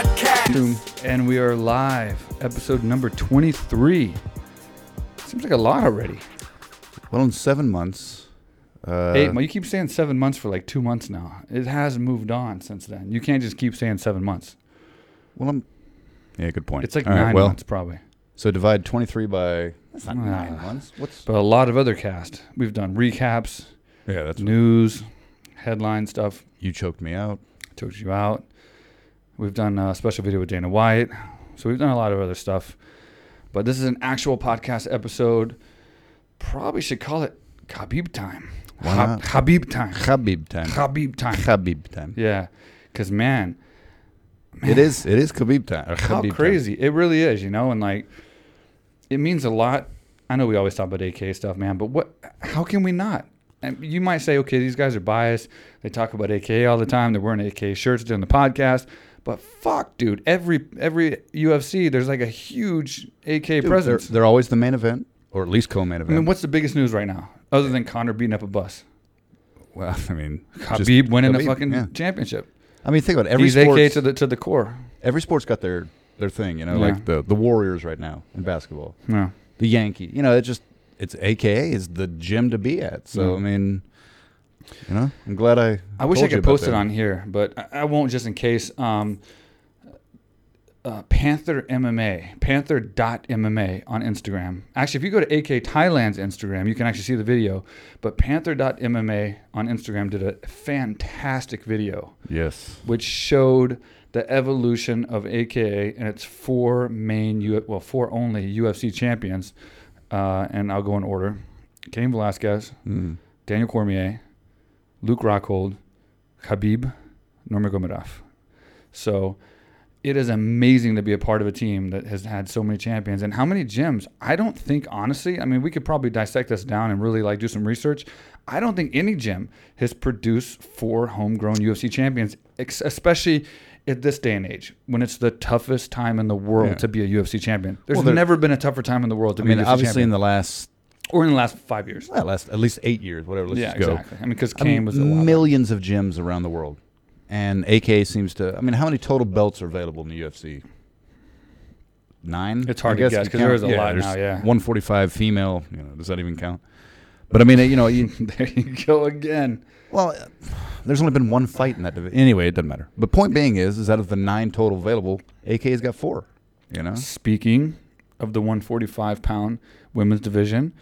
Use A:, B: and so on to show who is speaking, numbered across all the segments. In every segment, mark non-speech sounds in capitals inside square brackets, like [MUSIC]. A: costume, and we are live. Episode number 23. Seems like a lot already.
B: Well, in seven months, uh,
A: Eight. You keep saying seven months for like two months now. It has moved on since then. You can't just keep saying seven months.
B: Well, I'm. Yeah, good point.
A: It's like
B: All right,
A: nine
B: well,
A: months probably.
B: So divide 23 by. That's
A: Ah.
B: months. What's?
A: But a lot of other cast. We've done recaps,
B: Yeah, that's.
A: news, headline stuff.
B: You choked me out.
A: Choked you out. We've done a special video with Dana White. So we've done a lot of other stuff. But this is an actual podcast episode. Probably should call it Khabib time.
B: Why
A: Hab-
B: not?
A: Habib time.
B: Khabib time.
A: Khabib time.
B: Khabib time.
A: Yeah. Because, man,
B: It is. It is Khabib time. or
A: how
B: Khabib time.
A: crazy. It really is, you know? And, like, it means a lot. I know we always talk about AK stuff, man, but what? how can we not? And you might say, okay, these guys are biased. They talk about AK all the time. They're wearing AK shirts during the podcast. But fuck, dude, every every UFC, there's like a huge AK
B: Dude, they're,
A: presence.
B: they're always the main event, or at least co-main
A: I
B: event.
A: mean, what's the biggest news right now, other than Connor beating up a bus?
B: well, I mean, just-
A: Khabib winning a
B: Khabib,
A: fucking
B: yeah.
A: championship.
B: I mean, think about it. every
A: He's
B: sport.
A: AK to the to the core.
B: every sport's got their their thing. You know,
A: Yeah.
B: like the the Warriors right now in basketball.
A: Yeah.
B: the Yankee. You know, it just it's AKA is the gym to be at.
A: Mm.
B: So I mean, you know, I'm glad I.
A: I wish I
B: told you
A: could
B: about
A: post it
B: that.
A: on here, but I, I won't just in case. Um, uh, Panther MMA, panther.mma on Instagram. Actually, if you go to AK Thailand's Instagram, you can actually see the video. But panther.mma on Instagram did a fantastic video
B: Yes.
A: which showed the evolution of AKA and its four main, U- well, four only UFC champions. Uh, and I'll go in order Cain Velasquez,
B: Mm.
A: Daniel Cormier, Luke Rockhold, Khabib, Nurmagomedov. So it is amazing to be a part of a team that has had so many champions and how many gyms. I don't think honestly, I mean we could probably dissect this down and really like do some research. I don't think any gym has produced four homegrown UFC champions, ex- especially at this day and age when it's the toughest time in the world
B: Yeah.
A: to be a UFC champion. There's
B: Well, there-
A: never been a tougher time in the world to
B: I
A: be
B: mean,
A: a UFC
B: obviously,
A: champion
B: in the last
A: or in the last 5 years.
B: well, last at least eight years, whatever. Let's
A: yeah,
B: just go. Um,
A: exactly. I mean cuz
B: I
A: Kane
B: mean,
A: was a lot
B: millions of gyms around the world, and AKA seems to. I mean, how many total belts are available in the UFC? Nine.
A: It's hard to guess,
B: you
A: 'cause there
B: count-
A: is a lot
B: there's
A: now, yeah.
B: 145 female. You know, does that even count? But I mean, you know, you,
A: There you [LAUGHS] go again.
B: Well, uh, there's only been one fight in that division. Anyway, it doesn't matter. But point being is, is out of the nine total available, AK's got four. You know,
A: Speaking of the 145 pound women's division,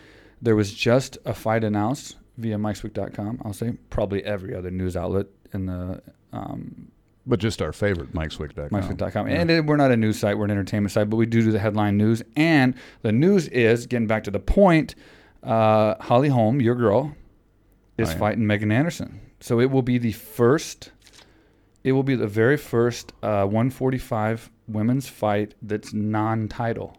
A: there was just a fight announced via MikeSwick.com. I'll say probably every other news outlet in the um,
B: but just our favorite, MikeSwick.com.
A: MikeSwick.com. And it- we're not a news site, we're an entertainment site, but we do do the headline news. And the news is getting back to the point uh, Holly Holm, your girl, is
B: Oh, yeah.
A: fighting Megan Anderson. So it will be the first. It will be the very first uh, 145 women's fight that's non-title.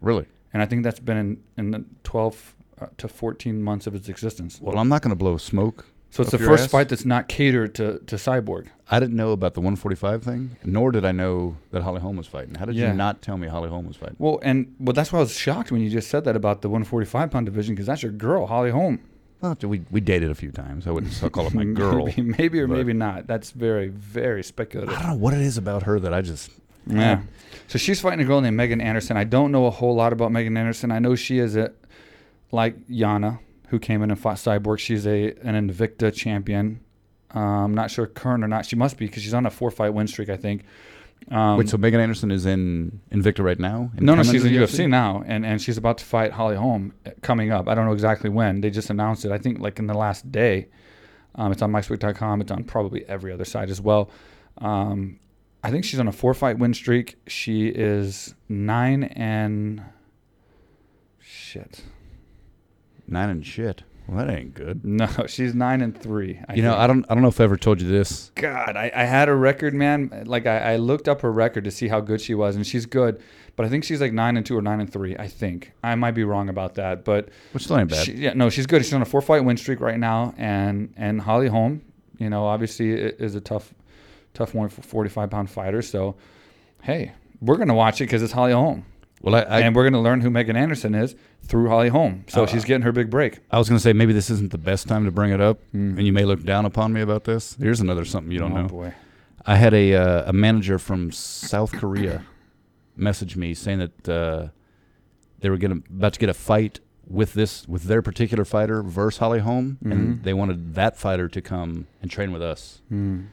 B: Really?
A: and I think that's been in, in the 12 uh, to 14 months of its existence.
B: Well, I'm not going to blow smoke.
A: So it's
B: Up
A: the
B: your
A: first
B: ass?
A: fight that's not catered to, to Cyborg.
B: I didn't know about the 145 thing, nor did I know that Holly Holm was fighting. How did
A: Yeah.
B: you not tell me Holly Holm was fighting?
A: Well, and well, that's why I was shocked when you just said that about the 145 pound division because that's your girl, Holly Holm. [LAUGHS]
B: Well, we we dated a few times. I wouldn't call [LAUGHS] it my girl.
A: maybe, maybe or
B: but-
A: maybe not. That's very, very speculative.
B: I don't know what it is about her that I just.
A: Yeah. So she's fighting a girl named Megan Anderson. I don't know a whole lot about Megan Anderson. I know she is a like Yana, who came in and fought Cyborg. She's a an Invicta champion. Um, I'm not sure current or not. She must be because she's on a four fight win streak, I think. Um,
B: Wait, so Megan Anderson is in Invicta right now? And
A: no, no,
B: coming
A: she's
B: to
A: in
B: the
A: UFC now, and, and she's about to fight Holly Holm uh, coming up. I don't know exactly when. They just announced it. I think like in the last day. Um, it's on MikeSwick.com. It's on probably every other site as well. Um, I think she's on a four-fight win streak. She is nine and shit.
B: Nine and shit. Well, that ain't good.
A: No, [LAUGHS] she's nine and three. I
B: you know,
A: think.
B: I don't. I don't know if I ever told you this.
A: God, I, I had a record, man. Like I, I looked up her record to see how good she was, and she's good. But I think she's like nine and two or nine and three. I think I might be wrong about that, but
B: Which still ain't bad.
A: She, yeah, no, she's good. She's on a four fight win streak right now, and and Holly Holm, you know, obviously i- is a tough, tough one for forty five pound fighter. So, hey, we're gonna watch it because it's Holly Holm,
B: well, I, I,
A: and we're gonna learn who Megan Anderson is through Holly Holm. So
B: Uh,
A: she's getting her big break.
B: I was going to say maybe Mm. this isn't the best time to bring it up, and you may look down upon me about this. Here's another something you don't
A: oh
B: know.
A: boy,
B: I had a uh, a manager from South Korea message me saying that uh, they were gonna about to get a fight with this with their particular fighter versus Holly Holm,
A: Mhm.
B: and they wanted that fighter to come and train with us,
A: Mm.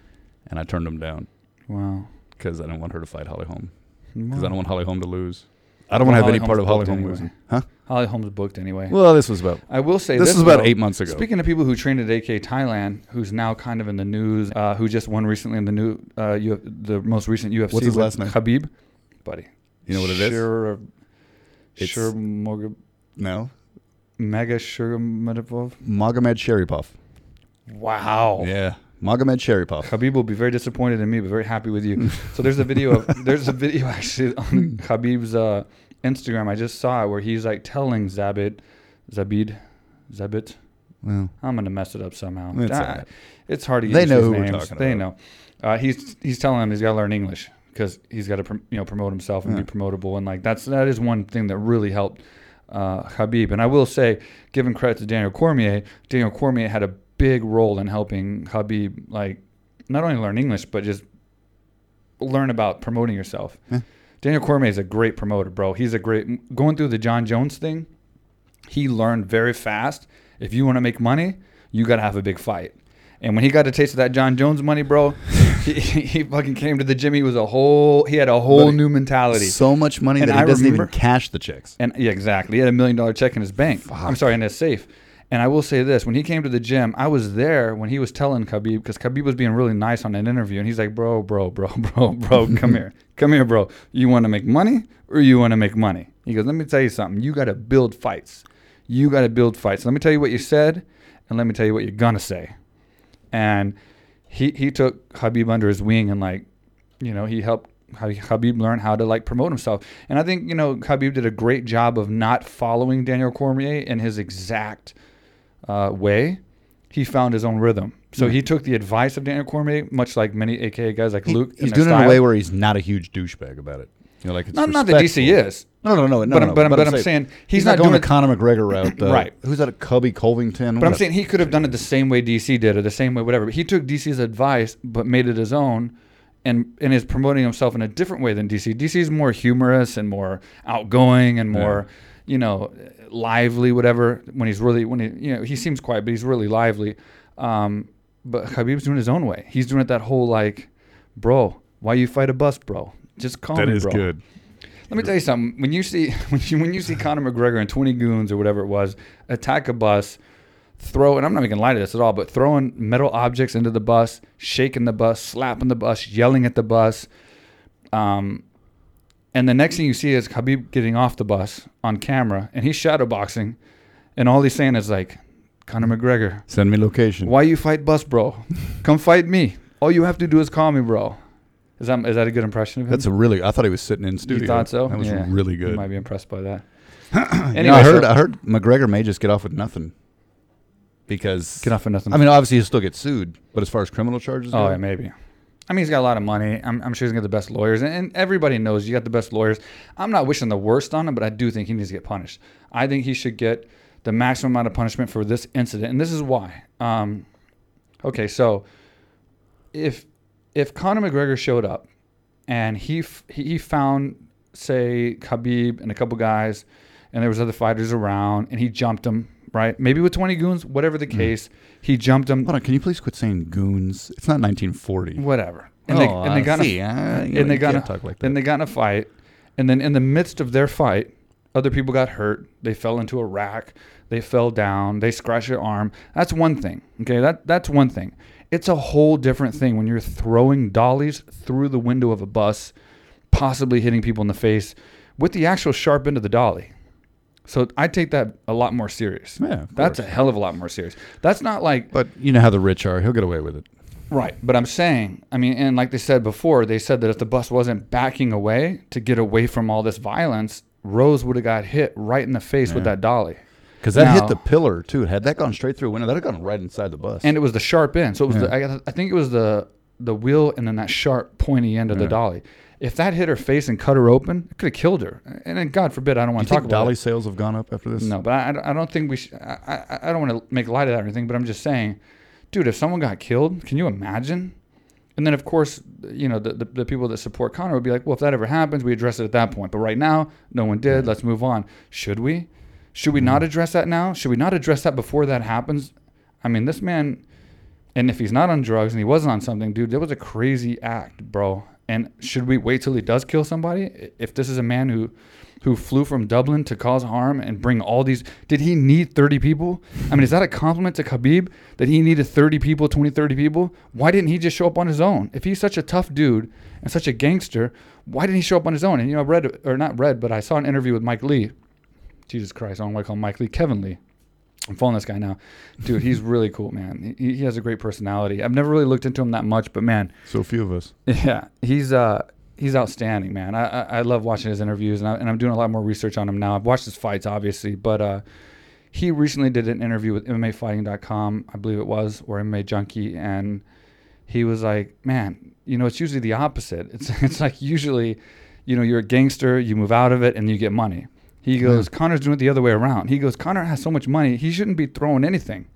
B: and I turned them down
A: Wow.
B: because I didn't want her to fight Holly Holm because
A: Wow.
B: I don't want Holly Holm to lose. I don't want to have
A: Holly
B: any part
A: Holm's
B: of Holly
A: booked
B: Holm
A: anyway.
B: losing, huh?
A: Holly Holm's booked anyway.
B: Well, this was about
A: I will say
B: this,
A: this,
B: was about
A: though.
B: eight months ago.
A: Speaking of people who trained at AK Thailand, who's now kind of in the news, uh, who just won recently in the new, uh, U- the most recent UFC.
B: What's his
A: with
B: last name?
A: Khabib, buddy.
B: you know what it is?
A: Sure,
B: It's-
A: sure, Mega
B: No,
A: Shuramidov.
B: Magomed Sheripov.
A: Wow.
B: Yeah, Magomed Sheripov.
A: Khabib will be very disappointed in me, but very happy with
B: [LAUGHS]
A: you. so there's a video. Of, there's a video [LAUGHS] actually on Khabib's uh, Instagram. I just saw it where he's like telling Zabit, Zabid, Zabit.
B: Well,
A: I'm gonna mess it up somehow.
B: It's
A: I-
B: all right.
A: it's hard to get
B: They
A: used
B: know
A: to
B: who
A: his
B: we're
A: names.
B: talking
A: They
B: about.
A: know. Uh, he's he's telling him he's got to learn English because he's got to prom you know promote himself and
B: Yeah.
A: be promotable and like that's that is one thing that really helped uh, Habib. And I will say, giving credit to Daniel Cormier, Daniel Cormier had a big role in helping Habib like not only learn English but just learn about promoting yourself.
B: Yeah.
A: Daniel Cormier is a great promoter, bro. He's a great going through the John Jones thing. He learned very fast. If you want to make money, you got to have a big fight. And when he got a taste of that John Jones money, bro, [LAUGHS] he, he fucking came to the gym. He was a whole. He had a whole
B: Buddy,
A: new mentality.
B: so much money
A: And
B: that he
A: I
B: doesn't even
A: remember-
B: cash the checks.
A: And yeah, exactly. He had a million dollar check in his bank. I'm
B: Fuck.
A: sorry, in his safe. And I will say this: when he came to the gym, I was there when he was telling Khabib because Khabib was being really nice on an interview, and he's like, "Bro, bro, bro, [LAUGHS] bro, bro, come here, come here, bro. You want to make money or you want to make money?" He goes, "Let me tell you something. You got to build fights. You got to build fights. Let me tell you what you said, and let me tell you what you're gonna say." and he he took Habib under his wing and like, you know, he helped Ha- Habib learn how to like promote himself. And I think you know Habib did a great job of not following Daniel Cormier in his exact uh, way. He found his own rhythm. So he took the advice of Daniel Cormier, much like many AKA guys like
B: He-
A: Luke.
B: he's
A: their
B: doing it in a
A: style.
B: way where he's not a huge douchebag about it. You know, like it's
A: not not that DC
B: respectful.
A: is,
B: No, no, no, no.
A: but,
B: no,
A: I'm, but, I'm,
B: no,
A: but I'm saying he's, not,
B: going
A: doing
B: the
A: it.
B: Conor
A: [CLEARS THROAT]
B: McGregor route, though.
A: Right.
B: Who's that? A Cubby Covington.
A: But I'm
B: What a-
A: saying he could have done it the same way DC did, or the same way whatever. But he took DC's advice, but made it his own, and and is promoting himself in a different way than DC. DC is more humorous and more outgoing and more, you know, lively. Whatever. When he's really when he you know he seems quiet, but he's really lively. Um, but Khabib's doing it his own way. He's doing it that whole like, bro, why you fight a bus, bro? Just call me, bro. Let me tell you something. When you see [LAUGHS] when you when you see Conor McGregor and twenty goons or whatever it was attack a bus, throw and I'm not even gonna lie to this at all, but throwing metal objects into the bus, shaking the bus, slapping the bus, yelling at the bus, um, and the next thing you see is Khabib getting off the bus on camera and he's shadow boxing, and all he's saying is like, Conor McGregor,
B: Send me location.
A: why you fight bus, bro? Come fight me. All you have to do is call me, bro. Is that is that a good impression of him?
B: That's a really. I thought he was sitting in studio.
A: You thought so?
B: That was
A: Yeah.
B: really
A: You
B: good.
A: might be impressed by that.
B: [CLEARS THROAT] You
A: anyway,
B: know, I heard.
A: so-
B: I heard McGregor may just get off with nothing because.
A: get off for nothing.
B: I mean, obviously he'll still get sued, but as far as criminal charges
A: oh
B: go,
A: yeah, maybe. I mean, he's got a lot of money. I'm, I'm sure he's gonna get the best lawyers, and, and everybody knows you got the best lawyers. I'm not wishing the worst on him, but I do think he needs to get punished. I think he should get the maximum amount of punishment for this incident, and this is why. Um, okay, so if if Conor McGregor showed up and he f- he he found say Khabib and a couple guys, and there was other fighters around, and he jumped him right, maybe with 20 goons, whatever the case, he jumped him.
B: Hold on, can you please quit saying goons? It's not 1940.
A: whatever. And
B: Oh,
A: they, and they got in a, and they got in a,
B: talk like that.
A: and they got in a fight, and then in the midst of their fight, other people got hurt. They fell into a rack. They fell down. They scratched their arm. That's one thing. Okay, that that's one thing. It's a whole different thing when you're throwing dollies through the window of a bus, possibly hitting people in the face with the actual sharp end of the dolly. So I take that a lot more serious.
B: Yeah, of
A: that's a
B: course.
A: hell of a lot more serious. That's not like
B: but you know how the rich are. He'll get away with it.
A: Right. But I'm saying, I mean, and like they said before, they said that if the bus wasn't backing away to get away from all this violence, Rose would have got hit right in the face with that dolly.
B: Because that hit
A: Now-
B: the pillar, too. Had that gone straight through a window, that would have gone right inside the bus.
A: And it was the sharp end. So it was the, I, I think it was the the wheel and then that sharp pointy end of the dolly. If that hit her face and cut her open, it could have killed her. And then God forbid, I don't want
B: you
A: to talk
B: think
A: about
B: dolly
A: it.
B: sales have gone up after this?
A: No, but I, I don't- I don't think we should. I, I, I don't want to make light of that or anything, but I'm just saying, dude, if someone got killed, can you imagine? And then, of course, you know, the, the, the people that support Connor would be like, well, if that ever happens, we address it at that point. But right now, no one did. Let's move on. Should we? Should we not address that now? Should we not address that before that happens? I mean, this man, and if he's not on drugs and he wasn't on something, dude, that was a crazy act, bro. And should we wait till he does kill somebody? I- If this is a man who, who flew from Dublin to cause harm and bring all these, did he need 30 people? I mean, is that a compliment to Khabib that he needed 30 people, 20, 30 people? Why didn't he just show up on his own? If he's such a tough dude and such a gangster, why didn't he show up on his own? And you know, I read or not read, but I saw an interview with Mike Lee. Jesus Christ, I don't want to call him Mike Lee, Kevin Lee. I'm following this guy now. Dude, he's really cool, man. He, he has a great personality. I've never really looked into him that much, but man,
B: So few of us.
A: yeah, he's uh he's outstanding, man. I I, I love watching his interviews, and, I, and I'm doing a lot more research on him now. I've watched his fights, obviously, but uh, he recently did an interview with MMAFighting.com, I believe it was, or MMA Junkie, and he was like, "Man, you know, it's usually the opposite. It's [LAUGHS] it's like usually, you know, you're a gangster, you move out of it, and you get money." He goes, "Connor's doing it the other way around." He goes, "Connor has so much money, he shouldn't be throwing anything.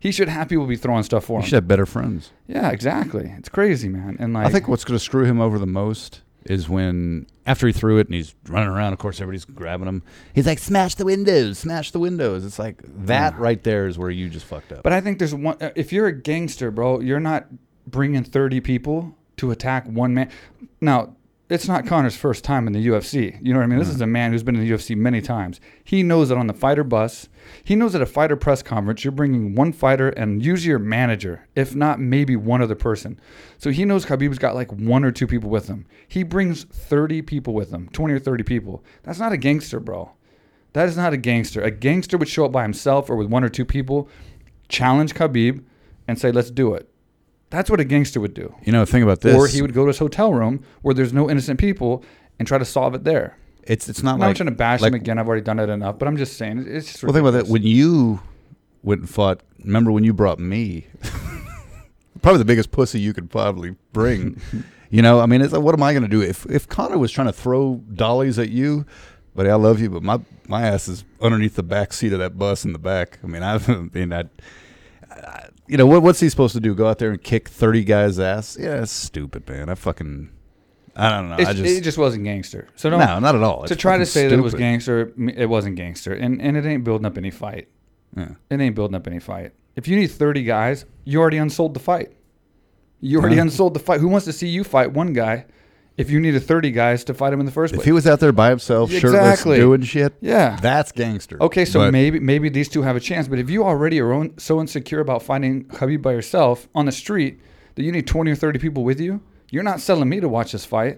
A: He should have people be throwing stuff for
B: You
A: him."
B: should have better friends.
A: Yeah, exactly. It's crazy, man. And like,
B: I think what's going to screw him over the most is when after he threw it and he's running around. Of course, everybody's grabbing him. He's like, "Smash the windows! Smash the windows!" It's like that right there is where you just fucked up.
A: Mm. But I think there's one. uh, If you're a gangster, bro, you're not bringing 30 people to attack one man. Now, it's not Connor's first time in the UFC. You know what I mean? This is a man who's been in the UFC many times. He knows that on the fighter bus, he knows at a fighter press conference, you're bringing one fighter and usually your manager, if not maybe one other person. So he knows Khabib's got like one or two people with him. He brings 30 people with him, 20 or 30 people. That's not a gangster, bro. That is not a gangster. A gangster would show up by himself or with one or two people, challenge Khabib, and say, "Let's do it." That's what a gangster would do.
B: you know, think about this.
A: Or he would go to his hotel room where there's no innocent people and try to solve it there.
B: it's it's not
A: I'm
B: like
A: not trying to bash
B: like-
A: him again. I've already done it enough, but I'm just saying it's just.
B: Well, think about that.
A: ridiculous.
B: When you went and fought, remember when you brought me? [LAUGHS] probably the biggest pussy you could probably
A: [LAUGHS]
B: bring. you know, I mean, it's like, what am I going to do if if Connor was trying to throw dollies at you? Buddy, I love you, but my my ass is underneath the back seat of that bus in the back. I mean, [LAUGHS] I've been I. I- You know what? What's he supposed to do? Go out there and kick thirty guys' ass? Yeah, it's stupid, man. I fucking, I don't know. I
A: It's-
B: just,
A: it just wasn't gangster. So don't
B: no, not at all.
A: to
B: It's
A: try to
B: fucking
A: say that it was
B: stupid.
A: gangster. m- It wasn't gangster, and and it ain't building up any fight.
B: Yeah.
A: It ain't building up any fight. If you need 30 guys, you already unsold the fight. You already
B: Yeah.
A: unsold the fight. Who wants to see you fight one guy if you needed 30 guys to fight him in the first
B: If
A: place?
B: he was out there by himself, shirtless,
A: Exactly.
B: doing shit,
A: yeah.
B: that's gangster.
A: Okay, so
B: But
A: maybe maybe these two have a chance, but if you already are on- so insecure about finding Khabib by yourself on the street that you need 20 or 30 people with you, you're not selling me to watch this fight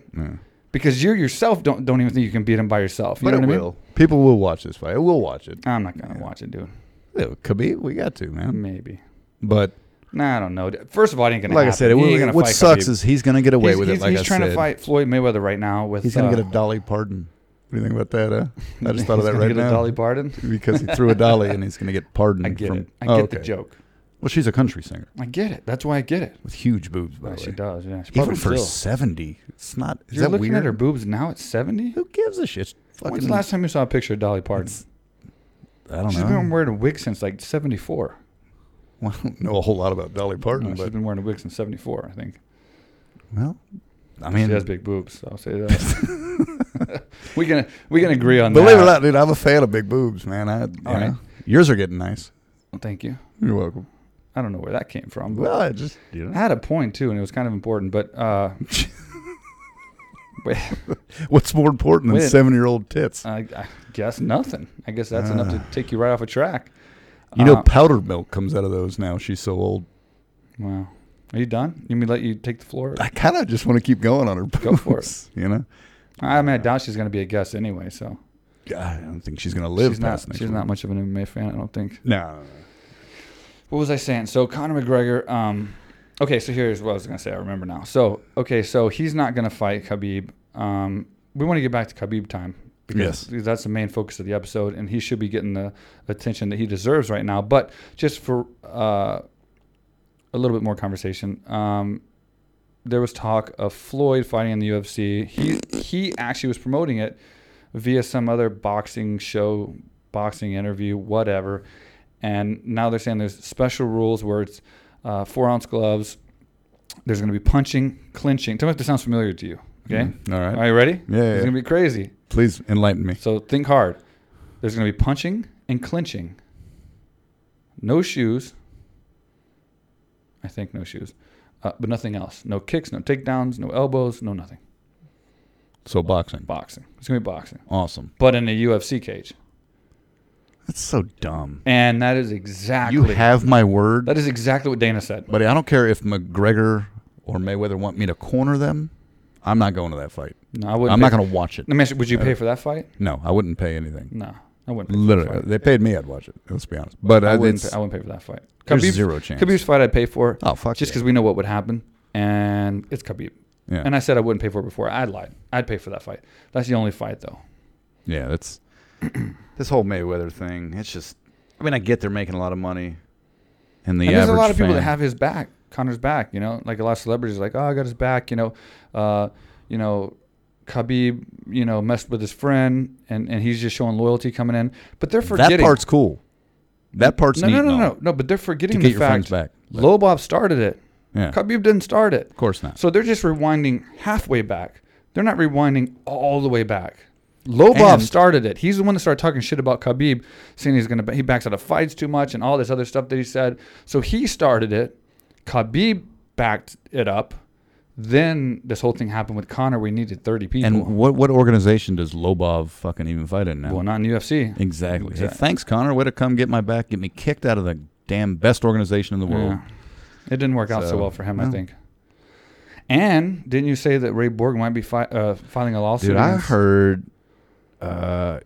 A: because you yourself don't don't even think you can beat him by yourself. You
B: but
A: know
B: it
A: what I mean?
B: will. People will watch this fight. We'll watch it.
A: I'm not gonna watch it, dude.
B: Yeah, Khabib, we got to man.
A: Maybe.
B: But
A: Nah, I don't know. First of all, I didn't gonna.
B: like I
A: happen.
B: said, it
A: He ain't
B: will,
A: gonna
B: what
A: fight
B: sucks
A: Khabib.
B: is he's going to get away
A: he's,
B: with
A: he's-
B: it. Like
A: he's
B: I
A: trying
B: said,
A: to fight Floyd Mayweather right now with.
B: he's going to
A: uh, [LAUGHS]
B: get [LAUGHS] a dolly pardon. What do you think about that? Huh? I just thought of
A: he's
B: that
A: gonna
B: right
A: get a
B: now
A: Dolly Parton.
B: [LAUGHS] because he threw a dolly and he's going to get pardoned. [LAUGHS]
A: I get
B: from,
A: it. I
B: Oh,
A: get the
B: okay.
A: joke.
B: Well, she's a country singer
A: I get it. That's why I get it.
B: with huge boobs, by
A: Yeah,
B: the
A: she
B: way.
A: does. Yeah. She
B: Even
A: probably
B: for
A: still.
B: seventy, it's not. Is
A: You're
B: that
A: looking
B: weird?
A: at her boobs now at 70.
B: Who gives a shit? It's
A: When's
B: fucking-
A: the last time you saw a picture of Dolly Parton?
B: It's- I don't know.
A: She's been wearing a wig since like 74.
B: [LAUGHS] Well, I don't know a whole lot about Dolly
A: No,
B: Parton,
A: Uh, she's
B: but
A: been wearing a wig since 74, I think.
B: well, I
A: she has
B: mean,
A: big boobs. So I'll say that.
B: [LAUGHS]
A: [LAUGHS] we can we can agree on that.
B: believe it or not, dude, I'm a fan of big boobs, man. I, you
A: All right.
B: know, yours are getting nice.
A: Well, Thank you.
B: You're welcome.
A: I don't know where that came from. but-
B: Well, I just you
A: I had a point too, and it was kind of important, but uh, [LAUGHS] wait,
B: [LAUGHS] what's more important than
A: Wait.
B: seven year old tits?
A: I, I guess nothing. I guess that's enough to take you right off a track.
B: you know,
A: uh,
B: powdered milk comes out of those now. She's so old.
A: Wow. Are you done? You mean let you take the floor?
B: I kind of just want to keep going on her.
A: Go for
B: boobs, You know,
A: I mean, I doubt she's going to be a guest anyway, so
B: God, I don't think she's gonna live
A: she's not.
B: past next
A: She's
B: week.
A: not much of an MMA fan, I don't think.
B: No, no, no.
A: What was I saying? So Conor McGregor. Um, okay, so here's what I was going to say. I remember now. So okay, so he's not going to fight Khabib. Um, we want to get back to Khabib time. Because
B: Yes.
A: because that's the main focus of the episode, and he should be getting the attention that he deserves right now. But just for uh, a little bit more conversation, um, there was talk of Floyd fighting in the UFC. He he actually was promoting it via some other boxing show, boxing interview, whatever. And now they're saying there's special rules where it's uh, four ounce gloves, There's going to be punching, clinching. Tell me if this sounds familiar to you. Okay.
B: Mm, all right.
A: Are you ready?
B: Yeah, yeah,
A: It's going to be crazy.
B: Please enlighten me.
A: So think hard. There's going to be punching and clinching. No shoes. I think no shoes, uh, but nothing else. No kicks, no takedowns, no elbows, no nothing.
B: So boxing.
A: Boxing. It's going to be boxing,
B: Awesome.
A: but in a UFC cage.
B: That's so dumb.
A: And that is exactly
B: You have my word,
A: that is exactly what Dana said.
B: buddy. I don't care if McGregor or Mayweather want me to corner them. I'm not going to that fight.
A: No, I wouldn't.
B: I'm not
A: pay-
B: going to watch it.
A: Let me ask you, would you pay for that fight?
B: No, I wouldn't pay anything.
A: No, I wouldn't. Pay for
B: Literally, uh,
A: that fight.
B: they paid me. I'd watch it. Let's be honest. But
A: I
B: uh,
A: wouldn't. Pay,
B: it's
A: I wouldn't pay for that fight.
B: there's
A: Khabib's,
B: zero chance.
A: Khabib's fight, I'd pay for
B: oh fuck,
A: just
B: yeah.
A: because we know what would happen, and it's Khabib.
B: yeah,
A: And I said I wouldn't pay for it before. I lied. I'd pay for that fight. That's the only fight though.
B: yeah, that's [CLEARS THROAT] this whole Mayweather thing. It's just, I mean, I get they're making a lot of money, and the
A: and
B: average
A: there's a lot of people
B: fan-
A: that have his back, Connor's back. You know, like a lot of celebrities, are like oh, I got his back. You know, uh, you know, Khabib, you know, messed with his friend, and and he's just showing loyalty coming in. But they're forgetting
B: that part's cool. That part's
A: no,
B: neat
A: no, no,
B: and all,
A: no, no. But they're forgetting
B: To
A: the
B: get your
A: fact
B: friends back, But-
A: Lobob started it.
B: yeah,
A: Khabib didn't start it.
B: of course not.
A: So they're just rewinding halfway back. They're not rewinding all the way back. Lobov
B: And-
A: started it. He's the one that started talking shit about Khabib, saying he's gonna he backs out of fights too much and all this other stuff that he said. So he started it. Khabib backed it up. Then this whole thing happened with Connor. We needed 30 people.
B: And what what organization does Lobov fucking even fight in now?
A: well, not in UFC.
B: exactly. Hey,
A: Exact-
B: thanks, Connor. Way to come get my back, get me kicked out of the damn best organization in the world.
A: Yeah. It didn't work out so
B: So,
A: well for him, I
B: no.
A: think. And didn't you say that Ray Borg might be fi- uh, filing a lawsuit?
B: Dude, I
A: against-
B: heard uh,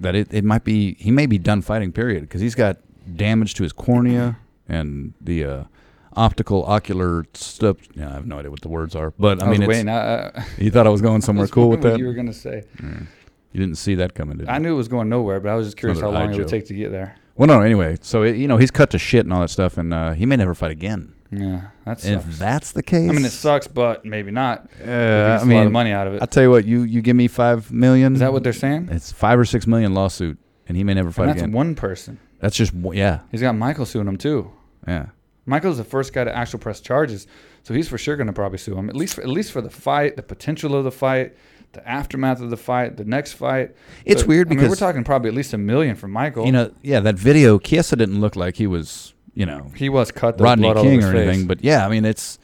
B: that it, it might be he may be done fighting period because he's got damage to his cornea and the uh, optical ocular stuff. Yeah, I have no idea what the words are, but I,
A: I was
B: mean,
A: waiting.
B: it's,
A: I- I-
B: you thought I was going
A: I
B: somewhere
A: was
B: cool with
A: wondering
B: that.
A: what You
B: You,
A: were gonna say.
B: didn't see that coming, did you?
A: I knew it was going nowhere, but I was just curious how
B: Another
A: long
B: eye
A: it would
B: joke.
A: take to get there.
B: well, no. Anyway, so it, you know he's cut to shit and all that stuff, and uh, he may never fight again.
A: Yeah, that's.
B: And if that's the case,
A: I mean, it sucks, but maybe not.
B: uh,
A: It's
B: I
A: a lot of
B: mean,
A: money out of it.
B: I tell you what, you you give me five million.
A: Is that what they're saying?
B: It's five or six million lawsuit, and he may never
A: And
B: fight
A: that's
B: again.
A: one person.
B: That's just one- yeah,
A: He's got Michael suing him too.
B: yeah.
A: Michael's the first guy to actual press charges, so he's for sure going to probably sue him. At least, for, at least for the fight, the potential of the fight, the aftermath of the fight, the next fight.
B: It's
A: So,
B: weird
A: I mean,
B: because
A: we're talking probably at least a million for Michael.
B: you know, yeah, that video, Kiesa didn't look like he was, you know,
A: he was cut. There was
B: Rodney
A: blood
B: King
A: all
B: or
A: over his face.
B: anything. But yeah, I mean, it's,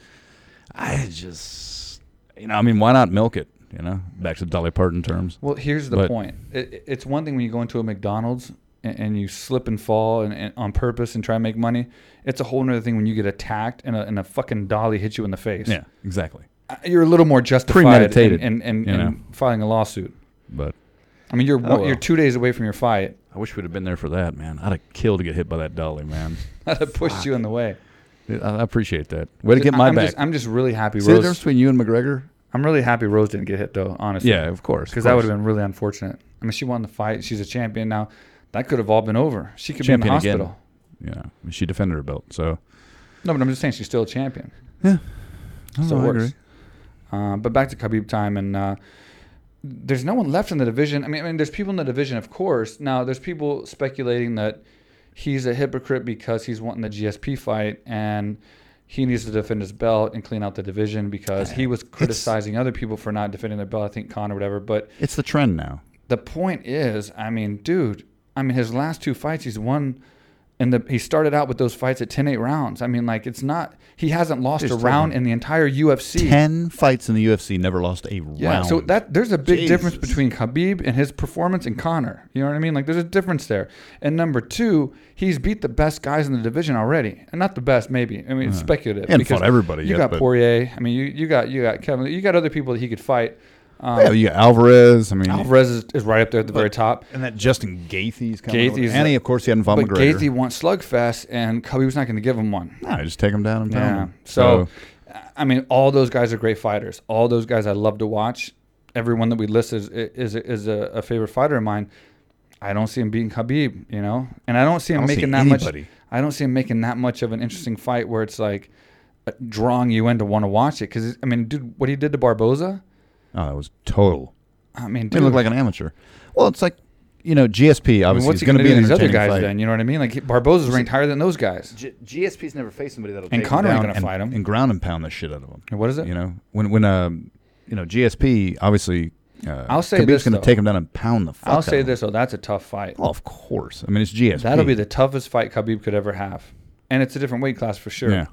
B: I just, you know, I mean, why not milk it? You know, back to Dolly Parton terms.
A: Well, here's the
B: But-
A: point. It, it- it's one thing when you go into a McDonald's and, and you slip and fall and, and on purpose and try and make money. It's a whole nother thing when you get attacked and a, and a fucking dolly hits you in the face.
B: Yeah, exactly.
A: Uh, You're a little more justified
B: Premeditated,
A: in, in, in,
B: you
A: in
B: know.
A: filing a lawsuit.
B: But
A: I mean, you're one
B: well.
A: you're two days away from your fight. [LAUGHS]
B: I wish we'd have been there for that, man. I'd have killed to get hit by that dolly, man.
A: That pushed you in the way.
B: I, I appreciate that. Way to get
A: I-
B: my
A: I'm
B: back.
A: Just, I'm just really happy
B: See the difference
A: Rose.
B: between you and McGregor?
A: I'm really happy Rose didn't get hit though. Honestly,
B: Yeah, of course.
A: because that would have been really unfortunate. I mean, she won the fight. She's a champion now. That could have all been over. She could be in
B: Champion
A: the
B: again.
A: hospital.
B: been. You know, I mean, she defended her belt, so.
A: No, but I'm just saying she's still a champion.
B: Oh,
A: So it works. Uh, but back to Khabib time, and uh, there's no one left in the division. I mean, I mean, there's people in the division, of course. Now, there's people speculating that he's a hypocrite because he's wanting the GSP fight, and he needs to defend his belt and clean out the division because he was criticizing other people for not defending their belt. I think Khan or whatever. But
B: It's the trend now.
A: the point is, I mean, dude, I mean, his last two fights, he's won. And the, he started out with those fights at 10 8 rounds. I mean, like, it's not, he hasn't lost
B: Just
A: a
B: tell
A: round
B: him.
A: in the entire UFC.
B: Ten fights in the UFC never lost a round.
A: Yeah, so that there's a big difference
B: Jesus.
A: between Khabib and his performance and Connor. You know what I mean? Like there's a difference there. And number two, he's beat the best guys in the division already, and not the best maybe. I mean, it's speculative.
B: He hadn't
A: because
B: fought everybody
A: You
B: yet,
A: got
B: but-
A: Poirier. I mean, you, you got you got Kevin. You got other people that he could fight. Um,
B: yeah, Oh, you got Alvarez. I mean,
A: Alvarez is, is right up there at the very top.
B: and that Justin Gaethje's
A: coming over. Gaethje's-
B: and he, of course, he hadn't fought
A: But
B: McGregor.
A: Gaethje wants slugfest, and Khabib's not going to give him one.
B: no, just take him down and pound
A: Yeah.
B: him.
A: Um, So, I mean, all those guys are great fighters. All those guys I love to watch. Everyone that we list is is is a, a favorite fighter of mine. I don't see him beating Khabib, you know, and I don't see him
B: don't see
A: making that much.
B: anybody.
A: I don't see him making that much of an interesting fight where it's like uh, drawing you in to want to watch it. Because I mean, dude, what he did to Barboza,
B: oh, that was total.
A: I mean,
B: He
A: dude,
B: looked like an amateur. Well, it's like you know, GSP
A: I mean,
B: obviously
A: Hmm. what's
B: is
A: he
B: going to be
A: do
B: an
A: to these other
B: entertaining
A: guys
B: fight.
A: then? You know what I mean? Like Barboza's ranked higher than those guys.
B: G- GSP's never faced somebody that'll
A: And
B: take
A: Conor
B: him
A: ain't
B: down
A: gonna
B: and,
A: fight him.
B: and ground and pound the shit out of him.
A: And what is it?
B: You know, when when um, you know, GSP obviously. Uh,
A: I'll say
B: Khabib's
A: this,
B: going to
A: though.
B: take him down and pound the fuck.
A: I'll
B: out
A: say
B: of him.
A: this though, that's a tough fight.
B: Oh, of course. I mean, it's GSP.
A: That'll be the toughest fight Khabib could ever have, and it's a different weight class for sure.
B: Yeah.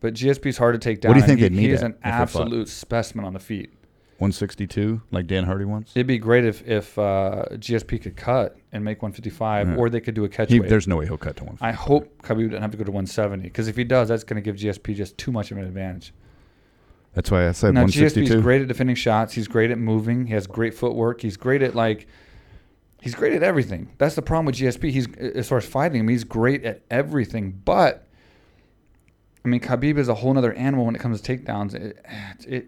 A: But GSP's hard to take down.
B: What do you
A: and
B: think
A: he,
B: they'd meet
A: He is
B: at
A: an
B: if they fought?
A: absolute specimen on the feet.
B: 162, like Dan Hardy once.
A: It'd be great if if uh, GSP could cut and make 155,
B: Yeah.
A: or they could do a catch
B: He,
A: weight.
B: there's no way he'll cut to one.
A: I hope Khabib doesn't have to go to 170 because if he does, that's going to give GSP just too much of an advantage.
B: That's why I said
A: Now GSP
B: 162.
A: is great at defending shots. He's great at moving. He has great footwork. He's great at like, he's great at everything. That's the problem with GSP. He's as far as fighting him, he's great at everything. But I mean, Khabib is a whole other animal when it comes to takedowns. It, [SIGHS] it-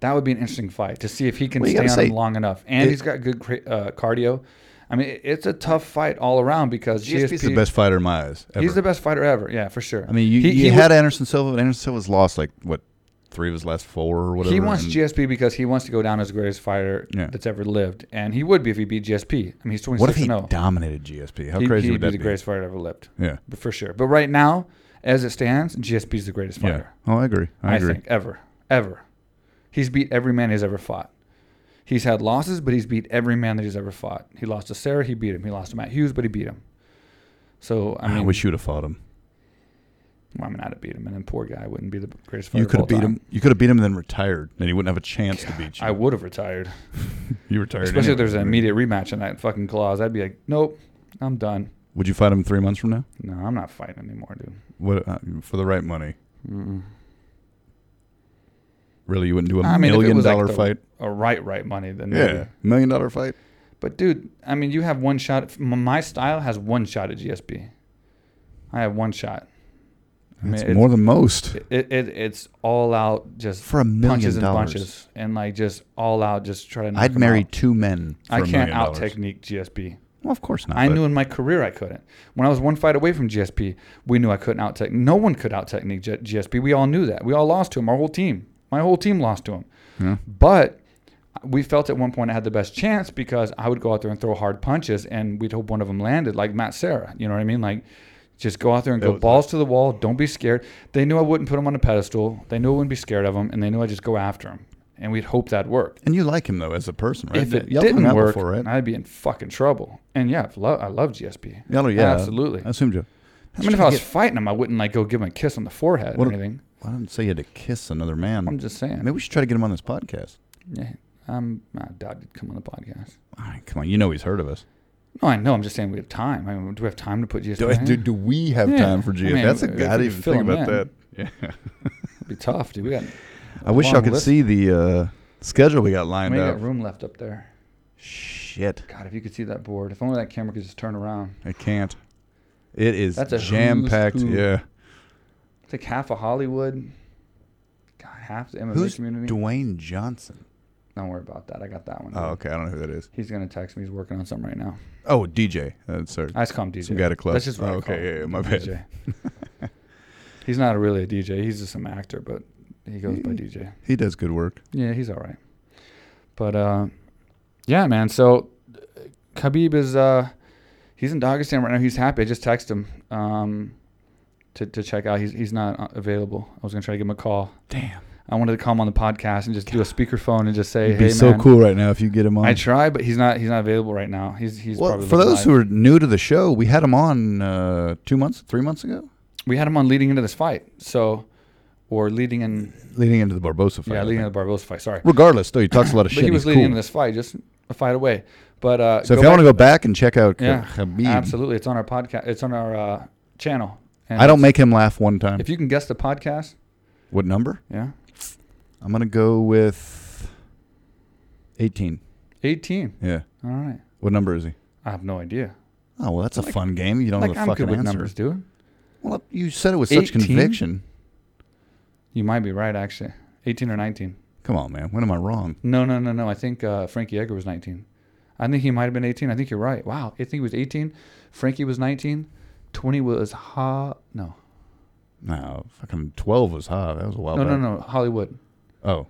A: that would be an interesting fight to see if he can
B: Well, you
A: stay on
B: gotta
A: him
B: say,
A: long enough. And
B: it-
A: he's got good cra- uh, cardio. I mean, it- it's a tough fight all around because GSP,
B: GSP's the best fighter in my eyes. Ever.
A: He's the best fighter ever. Yeah, for sure.
B: I mean, you,
A: he,
B: you
A: he
B: had Anderson Silva, and Anderson Silva's lost like what three of his last four or whatever.
A: He wants
B: and
A: GSP because he wants to go down as the greatest fighter
B: Yeah.
A: that's ever lived, and he would be if he beat GSP. I mean, he's twenty
B: What if
A: six
B: he
A: and zero.
B: dominated GSP? How
A: He-
B: crazy
A: he'd
B: would
A: be
B: that
A: the
B: be?
A: greatest fighter ever lived,
B: Yeah,
A: but for sure. But right now, as it stands, GSP is the greatest
B: yeah.
A: fighter.
B: Oh, I agree. I,
A: I,
B: agree.
A: think ever, ever. He's beat every man he's ever fought. He's had losses, but he's beat every man that he's ever fought. He lost to Sarah, he beat him. He lost to Matt Hughes, but he beat him. So I
B: I,
A: mean,
B: wish you'd have fought him.
A: well, I mean, I'd have beat him, and then poor guy wouldn't be the greatest fighter.
B: You
A: of
B: could
A: all
B: have beat
A: time.
B: him. You could have beat him and then retired, and he wouldn't have a chance to beat you.
A: I would have retired.
B: you retired,
A: Especially if
B: anyway.
A: there's an immediate rematch in that fucking clause. I'd be like, nope, I'm done.
B: Would you fight him three months from now?
A: No, I'm not fighting anymore, dude.
B: What uh, for the right money?
A: Mm-mm.
B: Really, you wouldn't do a
A: I mean, if it
B: million
A: was, like,
B: dollar
A: the-
B: fight?
A: A right, right money. Then
B: Yeah,
A: maybe.
B: million dollar fight.
A: But dude, I mean, you have one shot. at- m- My style has one shot at GSP. I have one shot. I mean,
B: That's
A: it's-
B: more than most
A: It, it, it it's all out, just
B: for a
A: punches
B: million
A: and
B: dollars.
A: bunches, and like just all out, just try to. knock
B: I'd
A: him
B: marry
A: out.
B: two men. For
A: I
B: a
A: can't
B: million
A: out
B: dollars.
A: technique GSP.
B: Well, of course not.
A: I
B: but
A: knew in my career I couldn't. When I was one fight away from GSP, we knew I couldn't out tech. No one could out technique GSP. We all knew that. We all lost to him. Our whole team. My whole team lost to him.
B: Yeah.
A: But we felt at one point I had the best chance because I would go out there and throw hard punches, and we'd hope one of them landed, like Matt Sarah. You know what I mean? Like, just go out there and
B: That
A: go
B: was-
A: balls to the wall. Don't be scared. They knew I wouldn't put him on a pedestal. They knew I wouldn't be scared of him, and they knew I'd just go after him. And we'd hope that'd work.
B: And you like him though as a person, right?
A: If it
B: Y'all hung
A: didn't
B: out
A: work,
B: before, right?
A: I'd be in fucking trouble. And yeah, I love, I love GSP.
B: Y'all- yeah,
A: absolutely.
B: I assumed you.
A: I mean, if I was fighting him, I wouldn't like go give him a kiss on the forehead
B: What
A: or
B: a-
A: anything.
B: I didn't say you had to kiss another
A: I'm
B: man.
A: just saying.
B: Maybe we should try to get him on this podcast.
A: Yeah, I'm. I doubt he'd come on the podcast.
B: All right, come on, you know he's heard of us.
A: No, I know. I'm just saying we have time. I mean, do we have time to put GSP?
B: Do,
A: in?
B: do, do we have
A: Yeah.
B: time for
A: I
B: GS?
A: mean,
B: That's a
A: if
B: good. I
A: we
B: didn't even
A: fill
B: think
A: him
B: about
A: in.
B: that.
A: [LAUGHS]
B: Yeah.
A: It'd be tough, dude. We
B: [LAUGHS]
A: got.
B: I wish y'all
A: long
B: could
A: list.
B: see the uh, schedule we got
A: We
B: lined
A: got
B: up.
A: room left up there.
B: Shit,
A: God, if you could see that board. If only that camera could just turn around.
B: I can't. It is
A: That's a who's
B: jam packed.
A: who.
B: Yeah.
A: It's like half of Hollywood. God, half the MMA
B: Who's
A: community.
B: Dwayne Johnson?
A: Don't worry about that. I got that one.
B: Oh,
A: dude.
B: okay. I don't know who that is.
A: He's gonna text me. He's working on something right now.
B: Oh, DJ. That's our
A: I just call him DJ.
B: Some guy at a club.
A: That's just what
B: Oh,
A: I
B: okay,
A: call
B: yeah, yeah,
A: him,
B: my bad.
A: DJ. [LAUGHS]
B: [LAUGHS]
A: he's not really a DJ. He's just some actor, but he goes by DJ.
B: He does good work.
A: Yeah, he's all right. But uh, yeah, man. So uh, Khabib is uh, he's in Dagestan right now. He's happy. I just texted him um, to to check out. He's he's not uh, available. I was gonna try to give him a call.
B: Damn.
A: I wanted to call him on the podcast and just do a speakerphone and just say,
B: It'd
A: "Hey,
B: be so
A: man."
B: cool right now if you get him on.
A: I try, but he's not he's not available right now. He's he's
B: well,
A: probably
B: for
A: living
B: those
A: life.
B: who are new to the show, we had him on uh, two months, three months ago,
A: we had him on leading into this fight, so or leading in
B: leading into the Barbosa fight.
A: yeah
B: I
A: leading
B: think.
A: into the Barbosa fight. Sorry,
B: Regardless, though, he talks a lot of
A: but
B: shit.
A: he was
B: he's
A: leading
B: cool.
A: into this fight, just a fight away. But uh,
B: so if y'all want to go back and check out
A: Yeah,
B: Khabib,
A: Absolutely, it's on our podcast. It's on our uh, channel. And
B: I don't make him laugh one time.
A: If you can guess the podcast,
B: what number?
A: yeah,
B: I'm gonna go with eighteen.
A: eighteen.
B: Yeah.
A: All right,
B: What number is he?
A: I have no idea.
B: Oh well, that's a
A: Like-
B: fun game. You don't
A: like
B: know the
A: I'm
B: fucking
A: good with
B: answer.
A: numbers, dude.
B: Well, you said it with such
A: 18?
B: conviction.
A: You might be right, actually. Eighteen or nineteen?
B: Come on, man. When am I wrong?
A: No, no, no, no. I think uh, Frankie Edgar was nineteen. I think he might have been eighteen. I think you're right. Wow, I think he was eighteen. Frankie was nineteen. Twenty was ha. No,
B: No, fucking twelve was high. That was a while
A: no,
B: back.
A: no, no. Hollywood.
B: Oh,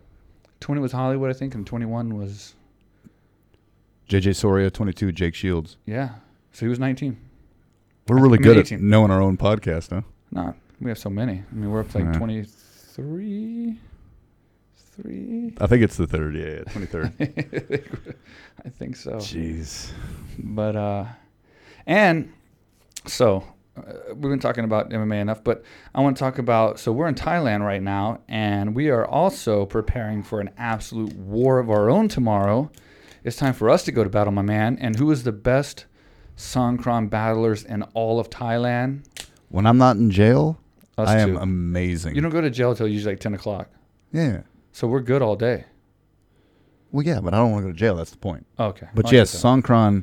A: Twenty was Hollywood, I think, and twenty-one was
B: JJ Soria, 22, Jake Shields.
A: Yeah. So he was 19.
B: We're
A: I- I
B: really
A: mean,
B: good at
A: 18.
B: knowing our own podcast, huh?
A: Not. We have so many. I mean, we're up to like
B: Yeah.
A: 23. Three.
B: I think it's the third. Yeah, yeah, 23rd.
A: [LAUGHS] [LAUGHS] I think so.
B: Jeez.
A: But uh, and so uh, we've been talking about MMA enough, but I want to talk about. So we're in Thailand right now, and we are also preparing for an absolute war of our own tomorrow. It's time for us to go to battle, my man. And who is the best Songkran battlers in all of Thailand?
B: When I'm not in jail,
A: Us
B: I am
A: two.
B: amazing.
A: You don't go to jail till usually like ten o'clock,
B: yeah.
A: so we're good all day.
B: Well, yeah, but I don't want to go to jail. That's the point.
A: Okay.
B: But
A: I'll
B: yes,
A: get that.
B: Songkran,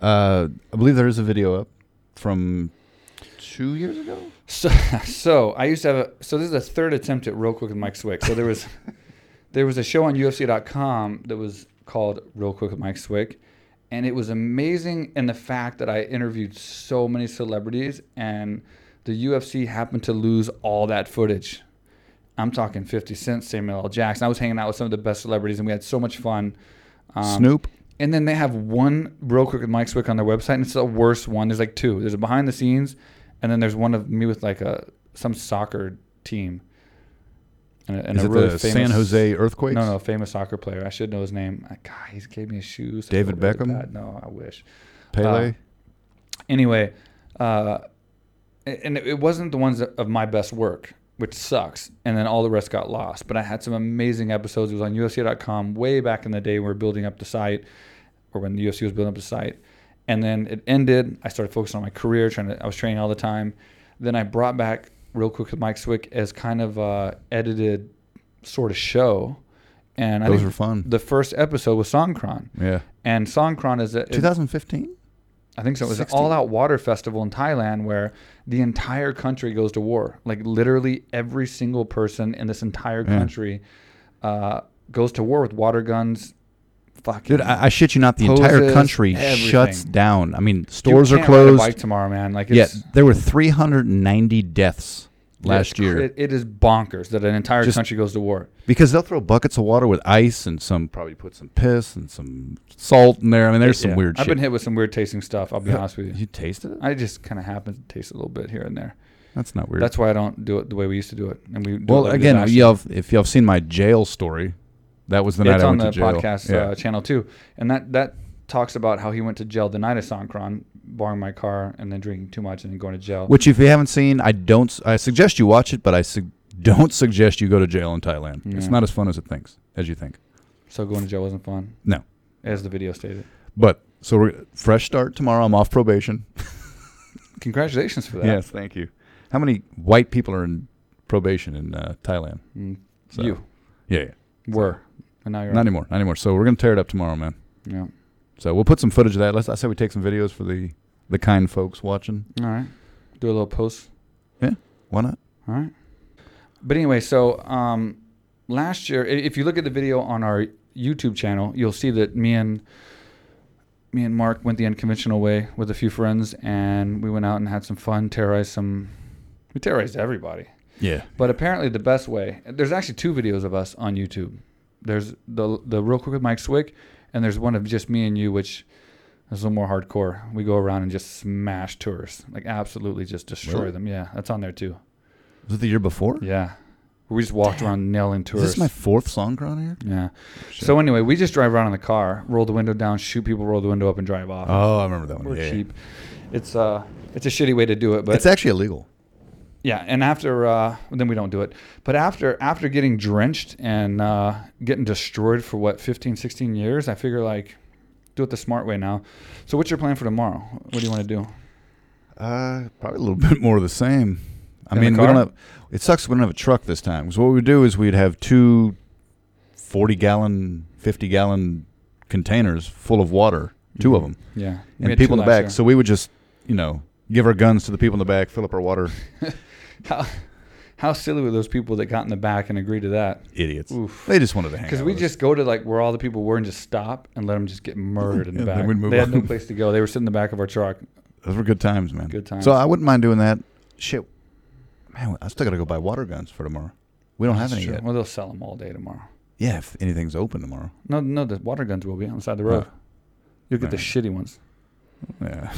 B: uh, I believe there is a video up from two years ago.
A: So, [LAUGHS] so I used to have a. So this is a third attempt at real quick with Mike Swick. So there
B: [LAUGHS]
A: was, there was a show on UFC.com that was called Real Quick with Mike Swick, and it was amazing in the fact that I interviewed so many celebrities, and the UFC happened to lose all that footage. I'm talking 50 Cent, Samuel L. Jackson. I was hanging out with some of the best celebrities, and we had so much fun. Um,
B: Snoop.
A: And then they have one real quick with Mike Swick on their website, and it's the worst one. There's like two. There's a behind the scenes, and then there's one of me with like a some soccer team. And a, and
B: is
A: a
B: it
A: really
B: the
A: famous,
B: San Jose Earthquakes?
A: No, no, famous soccer player. I should know his name. Uh, God, he's gave me his shoes.
B: David
A: I feel really
B: Beckham?
A: bad. No, I wish.
B: Pele.
A: Uh, Anyway, uh, a- and it- it wasn't the ones that- of my best work, which sucks. And then all the rest got lost. But I had some amazing episodes. It was on UFC.com way back in the day. We were building up the site, or when the UFC was building up the site. And then it ended. I started focusing on my career, trying to. I was training all the time. Then I brought back real quick with Mike Swick as kind of a edited sort of show. And I
B: Those
A: think
B: were fun.
A: The first episode was Songkran,
B: yeah.
A: and Songkran is a,
B: 2015.
A: I think so. It was
B: 16.
A: an all-out water festival in Thailand where the entire country goes to war. Like literally every single person in this entire
B: Yeah.
A: country uh, goes to war with water guns. Fucking
B: Dude, I, I shit you not. The entire
A: Poses,
B: country shuts
A: everything.
B: down. I mean,
A: Dude,
B: stores
A: you
B: are
A: can't ride a
B: closed.
A: bike tomorrow, man. Like
B: Yeah,
A: it's,
B: there were 390 deaths last
A: it's-
B: year
A: it- it is bonkers that an entire
B: Just-
A: country goes to war.
B: because they'll throw buckets of water with ice and some probably put some piss and some salt in there. I mean, there's some
A: Yeah.
B: weird
A: I've
B: shit.
A: been hit with some weird tasting stuff. I'll be honest with you.
B: You tasted it?
A: I just kind of happen to taste a little bit here and there.
B: That's not weird.
A: That's why I don't do it the way we used to do it. And we do it
B: well,
A: like a
B: again,
A: disaster.
B: you have, if y'all have seen my jail story, that was the night
A: it's
B: I
A: on
B: went
A: the
B: to jail.
A: podcast uh, channel too, and that that talks about how he went to jail the night of Songkran, borrowing my car and then drinking too much and then going to jail.
B: Which, if you haven't seen, I don't. s- I suggest you watch it, but I su- don't suggest you go to jail in Thailand. It's
A: Yeah.
B: not as fun as it thinks, as you think.
A: so going to jail wasn't fun,
B: No,
A: as the video stated.
B: but so we're, fresh start tomorrow. I'm off probation.
A: Congratulations for that.
B: Yes, thank you. How many white people are in probation in uh, Thailand?
A: Mm,
B: So-
A: you
B: Yeah, yeah.
A: were, and now you're
B: not anymore, not anymore. So we're gonna tear it up tomorrow, man.
A: Yeah.
B: So we'll put some footage of that. Let's. I say we take some videos for the the kind folks watching.
A: All right. Do a little post.
B: Why not?
A: All right. But anyway, so um, last year, i- if you look at the video on our YouTube channel, you'll see that me and me and Mark went the unconventional way with a few friends, and we went out and had some fun, terrorized some. We terrorized everybody.
B: Yeah.
A: But apparently, the best way. There's actually two videos of us on YouTube. There's the the real quick with Mike Swick, and there's one of just me and you, which is a little more hardcore. We go around and just smash tourists, like absolutely just destroy
B: Really?
A: them. Yeah, that's on there too.
B: Was it the year before?
A: Yeah. We just walked around nailing
B: Is
A: tourists.
B: this my fourth song on here?
A: yeah.
B: Shit.
A: So anyway, we just drive around in the car, roll the window down, shoot people, roll the window up, and drive off.
B: Oh, I remember that one.
A: We're
B: Yeah.
A: cheap. It's uh, it's a shitty way to do it, but
B: It's actually illegal.
A: yeah. And after uh, then we don't do it. But after after getting drenched and uh, getting destroyed for what 15, 16 years, I figure like do it the smart way now. So what's your plan for tomorrow? What do you want to do?
B: Uh, probably a little [LAUGHS] bit more of the same. I
A: In the
B: mean, we
A: car?
B: don't have. It sucks we don't have a truck this time. So what we would do is we'd have two 40 gallon, 50 gallon containers full of water, two of them,
A: Yeah. We
B: and
A: had
B: people
A: two
B: in
A: last
B: the back.
A: year.
B: So we would just, you know, give our guns to the people in the back, fill up our water.
A: [LAUGHS] how how silly were those people that got in the back and agreed to that?
B: Idiots.
A: Oof.
B: They just wanted to hang out.
A: Because we
B: with us.
A: just go to like where all the people were and just stop and let them just get murdered in the
B: And then
A: back.
B: we'd move
A: they had no
B: on.
A: place to go. They were sitting in the back of our truck.
B: Those were good times, man.
A: Good
B: So
A: times.
B: I wouldn't mind doing that. Shit, man, I still gotta go buy water guns for tomorrow. We don't have
A: That's
B: any
A: true.
B: yet.
A: Well, they'll sell them all day tomorrow.
B: Yeah, if anything's open tomorrow.
A: No, no, the water guns will be on the side of the road.
B: Oh.
A: You'll get the
B: Right.
A: shitty ones.
B: [LAUGHS] Yeah.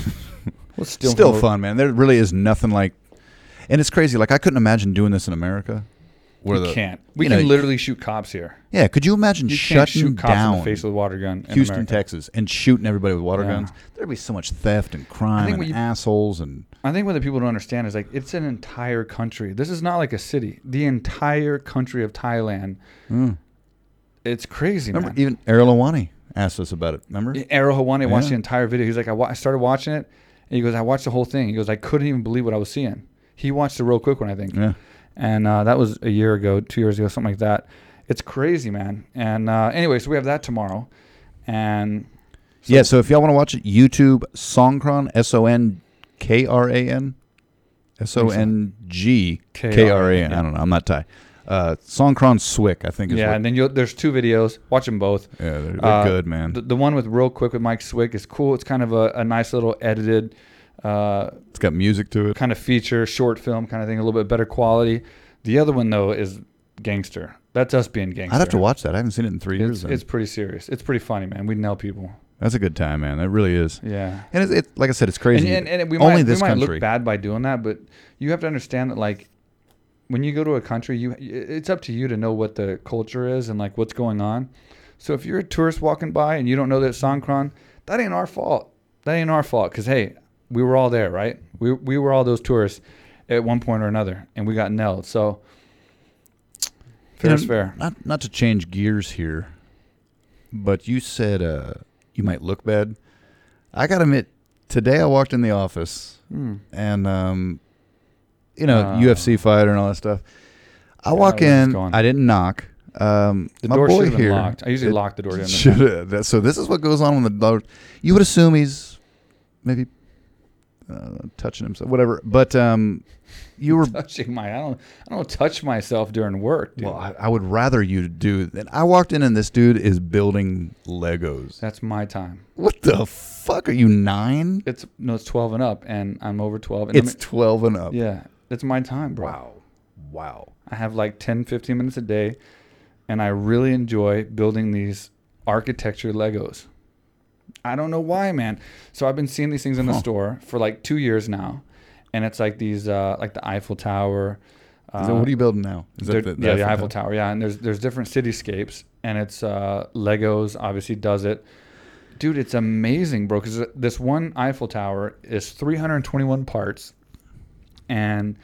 A: Well,
B: Still, fun, man. There really is nothing like, and it's crazy. Like I couldn't imagine doing this in America, where
A: We
B: the
A: can't. We
B: you
A: can
B: know,
A: literally shoot cops here.
B: yeah. Could you imagine
A: You
B: shutting
A: can't shoot cops
B: down
A: in the face with a water gun. in
B: Houston,
A: America.
B: Texas, and shooting everybody with water
A: Yeah.
B: guns? There'd be so much theft and crime
A: think
B: and
A: when you-
B: assholes and
A: I think what the people don't understand is like it's an entire country. This is not like a city. The entire country of Thailand.
B: Mm.
A: It's crazy,
B: remember
A: man.
B: even Errol Awani asked us about it. Remember?
A: Arrow Hawane watched
B: Yeah.
A: the entire video. He's like, I, wa- I started watching it, and he goes, I watched the whole thing. He goes, I couldn't even believe what I was seeing. He watched a real quick one, I think,
B: Yeah.
A: and uh, that was a year ago, two years ago, something like that. It's crazy, man. And uh, anyway, so we have that tomorrow, and
B: yeah. So if y'all want to watch it, YouTube Songkran S O N K R A N S O N G K R A N. I
A: Yeah.
B: don't know. I'm not Thai. Uh, Songkran Swick, I think is
A: yeah,
B: what
A: and then you'll, there's two videos. Watch them both.
B: Yeah, they're, they're
A: Uh,
B: good, man.
A: The, the one with real quick with Mike Swick is cool. It's kind of a, a nice little edited, uh,
B: it's got music to it.
A: kind of feature, short film kind of thing, a little bit better quality. The other one though is gangster. That's us being gangster.
B: I'd have to watch that. I haven't seen it in three years.
A: It's,
B: then.
A: it's pretty serious. It's pretty funny, man. We nail people.
B: That's a good time, man. That really is.
A: Yeah.
B: And it's it, like I said, it's
A: And,
B: crazy.
A: and, and we
B: Only
A: might,
B: this
A: we might
B: country.
A: look bad by doing that, but you have to understand that like when you go to a country, you it's up to you to know what the culture is and like what's going on. So if you're a tourist walking by and you don't know that it's Songkran, that ain't our fault. That ain't our fault because hey, we were all there, right? We we were all those tourists at one point or another, and we got nailed. So fair
B: You
A: is
B: know,
A: fair.
B: Not not to change gears here, but you said uh, you might look bad. I gotta admit, today I walked in the office
A: Hmm.
B: and um, you know
A: Uh,
B: UFC fighter and all that stuff. I
A: Yeah, where's
B: walk
A: this
B: in.
A: going?
B: I didn't knock. Um,
A: The
B: my
A: door
B: boy
A: should have
B: here,
A: been locked. I usually
B: it-
A: lock the
B: [LAUGHS]
A: door. down there.
B: Should have. So this is what goes on when the dog. You would assume he's maybe uh, touching himself, whatever. But um, you were.
A: touching my. I don't. I don't touch myself during work. Dude.
B: Well, I, I would rather you do that. I walked in and this dude is building Legos.
A: That's my time.
B: What the fuck are you nine?
A: It's no, it's twelve and up, and I'm over twelve. And I
B: It's twelve and up.
A: mean- yeah, it's my time, bro.
B: wow.
A: I have like 10, 15 minutes a day, and I really enjoy building these architecture Legos. I don't know why, man. So I've been seeing these things in the
B: Huh.
A: store for like two years now, and it's like these, uh, like the Eiffel Tower.
B: Is that-
A: uh,
B: what are you building now? Is
A: they're-
B: that
A: yeah, the Eiffel Tower. Yeah, and there's there's different cityscapes, and it's uh, Legos obviously does it. Dude, it's amazing, bro. Because this one Eiffel Tower is 321 parts, and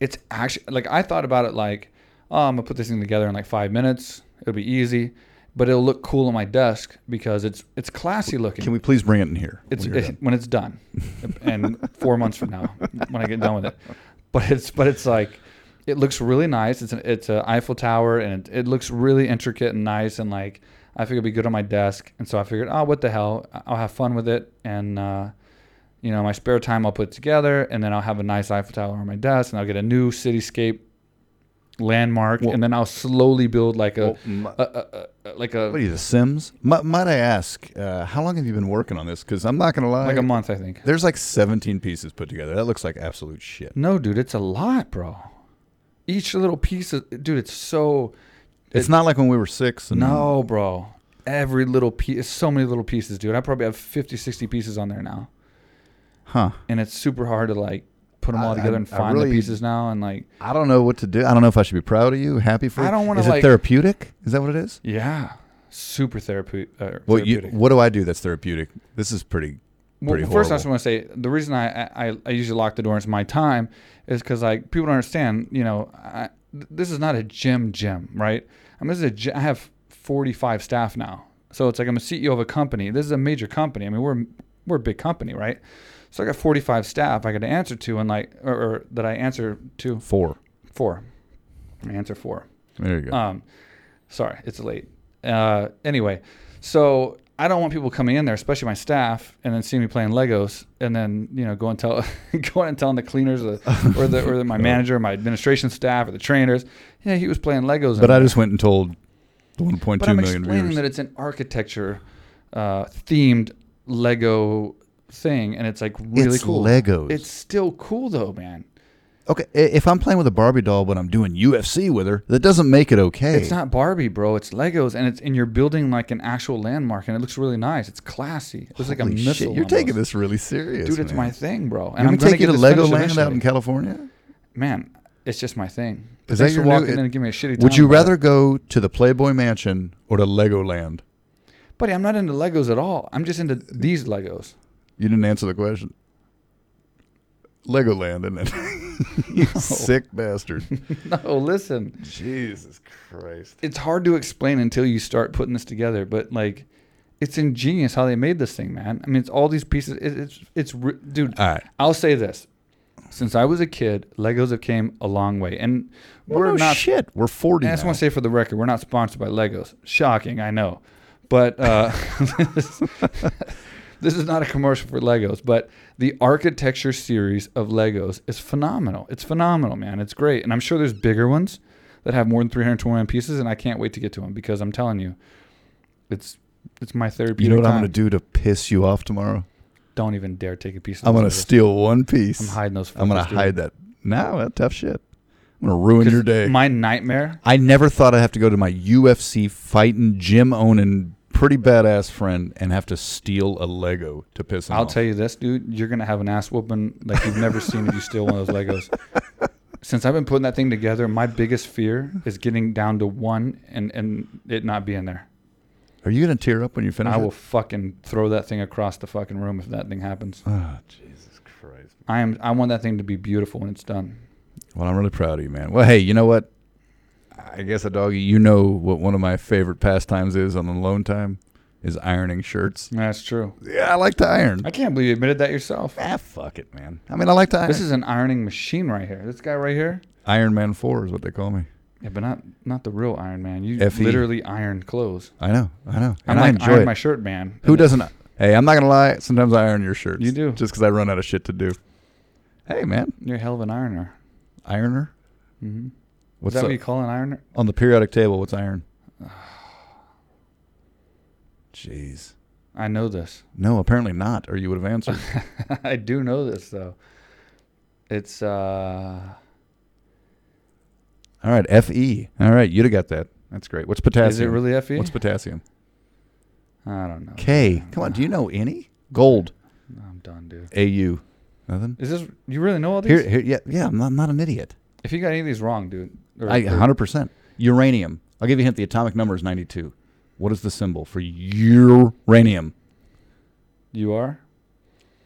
A: it's actually like I thought about it like, oh, I'm gonna put this thing together in like five minutes. It'll be easy, but it'll look cool on my desk because it's it's classy looking.
B: Can we please bring it in here?
A: It's
B: when you're
A: [LAUGHS]
B: done?
A: it, when it's done, and four months from now, when I get done with it. But it's but it's like it looks really nice. It's an it's an Eiffel Tower, and it, it looks really intricate and nice. And like I figured it'd be good on my desk, and so I figured, oh, what the hell, I- I'll have fun with it, and uh, you know, my spare time I'll put it together, and then I'll have a nice Eiffel Tower on my desk, and I'll get a new cityscape landmark,
B: Well-
A: and then I'll slowly build like a.
B: Well, my-
A: a, a, a, a- like a
B: what are you, the Sims? M- might I ask, uh, how long have you been working on this? Because I'm not gonna lie,
A: like a month, I think.
B: there's like 17 pieces put together. That looks like absolute shit.
A: No, dude, it's a lot, bro. Each little piece of dude, it's so
B: It's not like when we were six. And
A: no, bro. Every little piece, so many little pieces, dude. I probably have 50, 60 pieces on there now,
B: huh?
A: and it's super hard to like put them
B: I-
A: all together and
B: I- I
A: find
B: really-
A: the pieces now. And like,
B: I don't know what to do. I don't know if I should be proud of you, happy for
A: I
B: you.
A: don't wanna,
B: Is it
A: like-
B: therapeutic? Is that what it is?
A: yeah, super therape- uh, therapeutic.
B: Well, you, what do I do that's therapeutic? This is pretty.
A: Well,
B: pretty
A: first, I just
B: horrible.
A: want to say the reason I, I I usually lock the door and it's my time is because like people don't understand. You know, I, th- this is not a gym gym, right? I mean, this is a gy- I have 45 staff now, so it's like I'm a CEO of a company. This is a major company. I mean, we're we're a big company, right? So I got 45 staff I got to answer to and like or, or that I answer to
B: Four.
A: four. I answer four.
B: There you go.
A: Um, sorry, it's late. Uh, anyway, so I don't want people coming in there, especially my staff, and then seeing me playing Legos, and then you know going tell [LAUGHS] going and telling the cleaners or the or, the, or
B: [LAUGHS]
A: the, my manager, my administration staff, or the trainers, yeah, he was playing Legos. in
B: but I
A: there."
B: just went and told the 1.2
A: but I'm
B: million
A: explaining
B: viewers.
A: that it's an architecture uh, themed Lego thing, and it's like really
B: it's
A: cool.
B: Legos.
A: It's still cool though, man.
B: Okay, i- if I'm playing with a Barbie doll but I'm doing UFC with her, that doesn't make it okay.
A: It's not Barbie, bro. It's Legos, and it's and you're building like an actual landmark, and it looks really nice. It's classy. It's like a
B: Holy
A: missile.
B: shit, You're
A: almost.
B: taking this really serious,
A: dude. It's
B: man.
A: my thing, bro.
B: You're
A: And I'm gonna
B: taking
A: get
B: to
A: this finished
B: Legoland out in
A: eventually.
B: California.
A: Man, it's just my thing.
B: Is
A: Thanks
B: that
A: for
B: your new-
A: walking
B: it-
A: in and giving me a shitty?
B: Would
A: time
B: you
A: about
B: rather
A: it.
B: go to the Playboy Mansion or to Legoland?
A: buddy? I'm not into Legos at all. I'm just into these Legos. [LAUGHS]
B: You didn't answer the question. Legoland, isn't it? [LAUGHS] you sick
A: [LAUGHS]
B: bastard.
A: no, listen,
B: Jesus Christ.
A: it's hard to explain until you start putting this together. But like, it's ingenious how they made this thing, man. I mean, it's all these pieces. It, it's it's re- dude.
B: All right.
A: I'll say this. Since I was a kid, Legos have came a long way, and
B: We're
A: we're not
B: shit. We're 40
A: And I just
B: now.
A: want to say for the record, we're not sponsored by Legos. Shocking, I know. But uh, [LAUGHS] this, this is not a commercial for Legos. But the architecture series of Legos is phenomenal. It's phenomenal, man. It's great. And I'm sure there's bigger ones that have more than 321 pieces, and I can't wait to get to them because I'm telling you, it's it's my therapy.
B: you know what I'm
A: time.
B: going to do to piss you off tomorrow?
A: Don't even dare take a piece of
B: I'm
A: those
B: going to
A: Legos.
B: steal one piece.
A: I'm hiding those.
B: I'm going
A: fuckers,
B: to
A: dude.
B: hide that. No, that tough shit. I'm going to ruin your
A: 'Cause
B: day.
A: My nightmare.
B: I never thought I'd have to go to my UFC fighting, gym owning, pretty badass friend and have to steal a Lego to piss him
A: I'll
B: off.
A: tell you this, dude. You're gonna have an ass whooping like you've never seen if you steal one of those
B: [LAUGHS]
A: Legos. Since I've been putting that thing together, my biggest fear is getting down to one and and it not being there.
B: Are you going to tear up when you finish
A: I
B: it?
A: will fucking throw that thing across the fucking room if that thing happens.
B: Oh, Jesus Christ.
A: I am. I want that thing to be beautiful when it's done.
B: Well, I'm really proud of you, man. Well, hey, you know what? I guess a doggy, you know what one of my favorite pastimes is on the loan time is ironing shirts.
A: That's true.
B: Yeah, I like to iron.
A: I can't believe you admitted that yourself.
B: ah, fuck it, man. I mean, I like to iron.
A: This is an ironing machine right here. This guy right here.
B: Iron Man 4 is what they call me.
A: Yeah, but not not the real Iron Man. You
B: FE.
A: literally iron clothes.
B: I know, I know.
A: I'm
B: And I
A: like
B: enjoy
A: iron
B: it.
A: my shirt, man.
B: Who doesn't? Hey, I'm not going to lie. Sometimes I iron your shirts.
A: You do.
B: Just because I run out of shit to do. Hey, man.
A: You're a hell of an ironer.
B: Ironer?
A: hmm Is
B: What's
A: that
B: up?
A: what you call an ironer?
B: on the periodic table,
A: [SIGHS]
B: what's iron? Jeez.
A: I know this. [LAUGHS]
B: No, apparently not, or you would have answered.
A: I do know this though. It's uh
B: All right, Fe. All right, you'd have got that. That's great. What's potassium?
A: is it really E? FE?
B: What's potassium?
A: I don't know.
B: K. Come on, do you know any? Gold.
A: I'm done, dude.
B: Au. Nothing.
A: Is this you really know all these?
B: Here, here, yeah, yeah. I'm not, I'm not an idiot.
A: if you got any of these wrong, dude. or-
B: I
A: or-
B: 100 percent. Uranium. I'll give you a hint. The atomic number is 92. What is the symbol for uranium?
A: you are?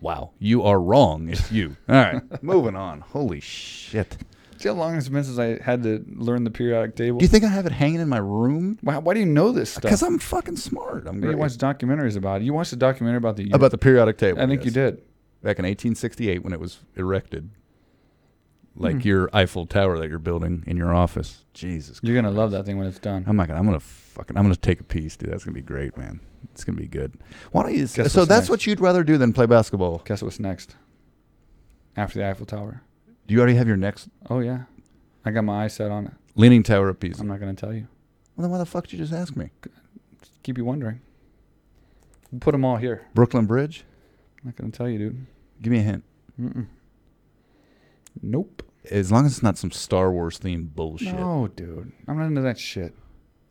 B: Wow, you are wrong.
A: [LAUGHS]
B: It's you. All right, moving on. Holy shit.
A: See how long it's been since I had to learn the periodic table?
B: Do you think I have it hanging in my room?
A: why, why do you know this stuff?
B: Because I'm fucking smart. I'm
A: I think
B: great.
A: you watched documentaries about it. You watched a documentary about the
B: About the periodic table.
A: I think you
B: yes.
A: did.
B: back in 1868 when it was erected, like
A: Hmm.
B: your Eiffel Tower that you're building in your office. Jesus,
A: You're gonna love that thing when it's done.
B: I'm not gonna. I'm gonna fucking. I'm gonna take a piece, dude. That's gonna be great, man. It's gonna be good. Why don't you?
A: Guess
B: so
A: what's
B: that's
A: next?
B: what you'd rather do than play basketball.
A: Guess what's next? After the Eiffel Tower.
B: Do you already have your next
A: Oh yeah. I got my eyes set on it.
B: leaning tower of Pisa?
A: I'm not gonna tell you.
B: Well, then why the fuck did you just ask me?
A: keep you wondering. We'll put them all here.
B: Brooklyn Bridge.
A: I'm not gonna tell you, dude.
B: Give me a hint.
A: Mm-mm. Nope.
B: As long as it's not some Star Wars themed bullshit.
A: No, dude. I'm not into that shit.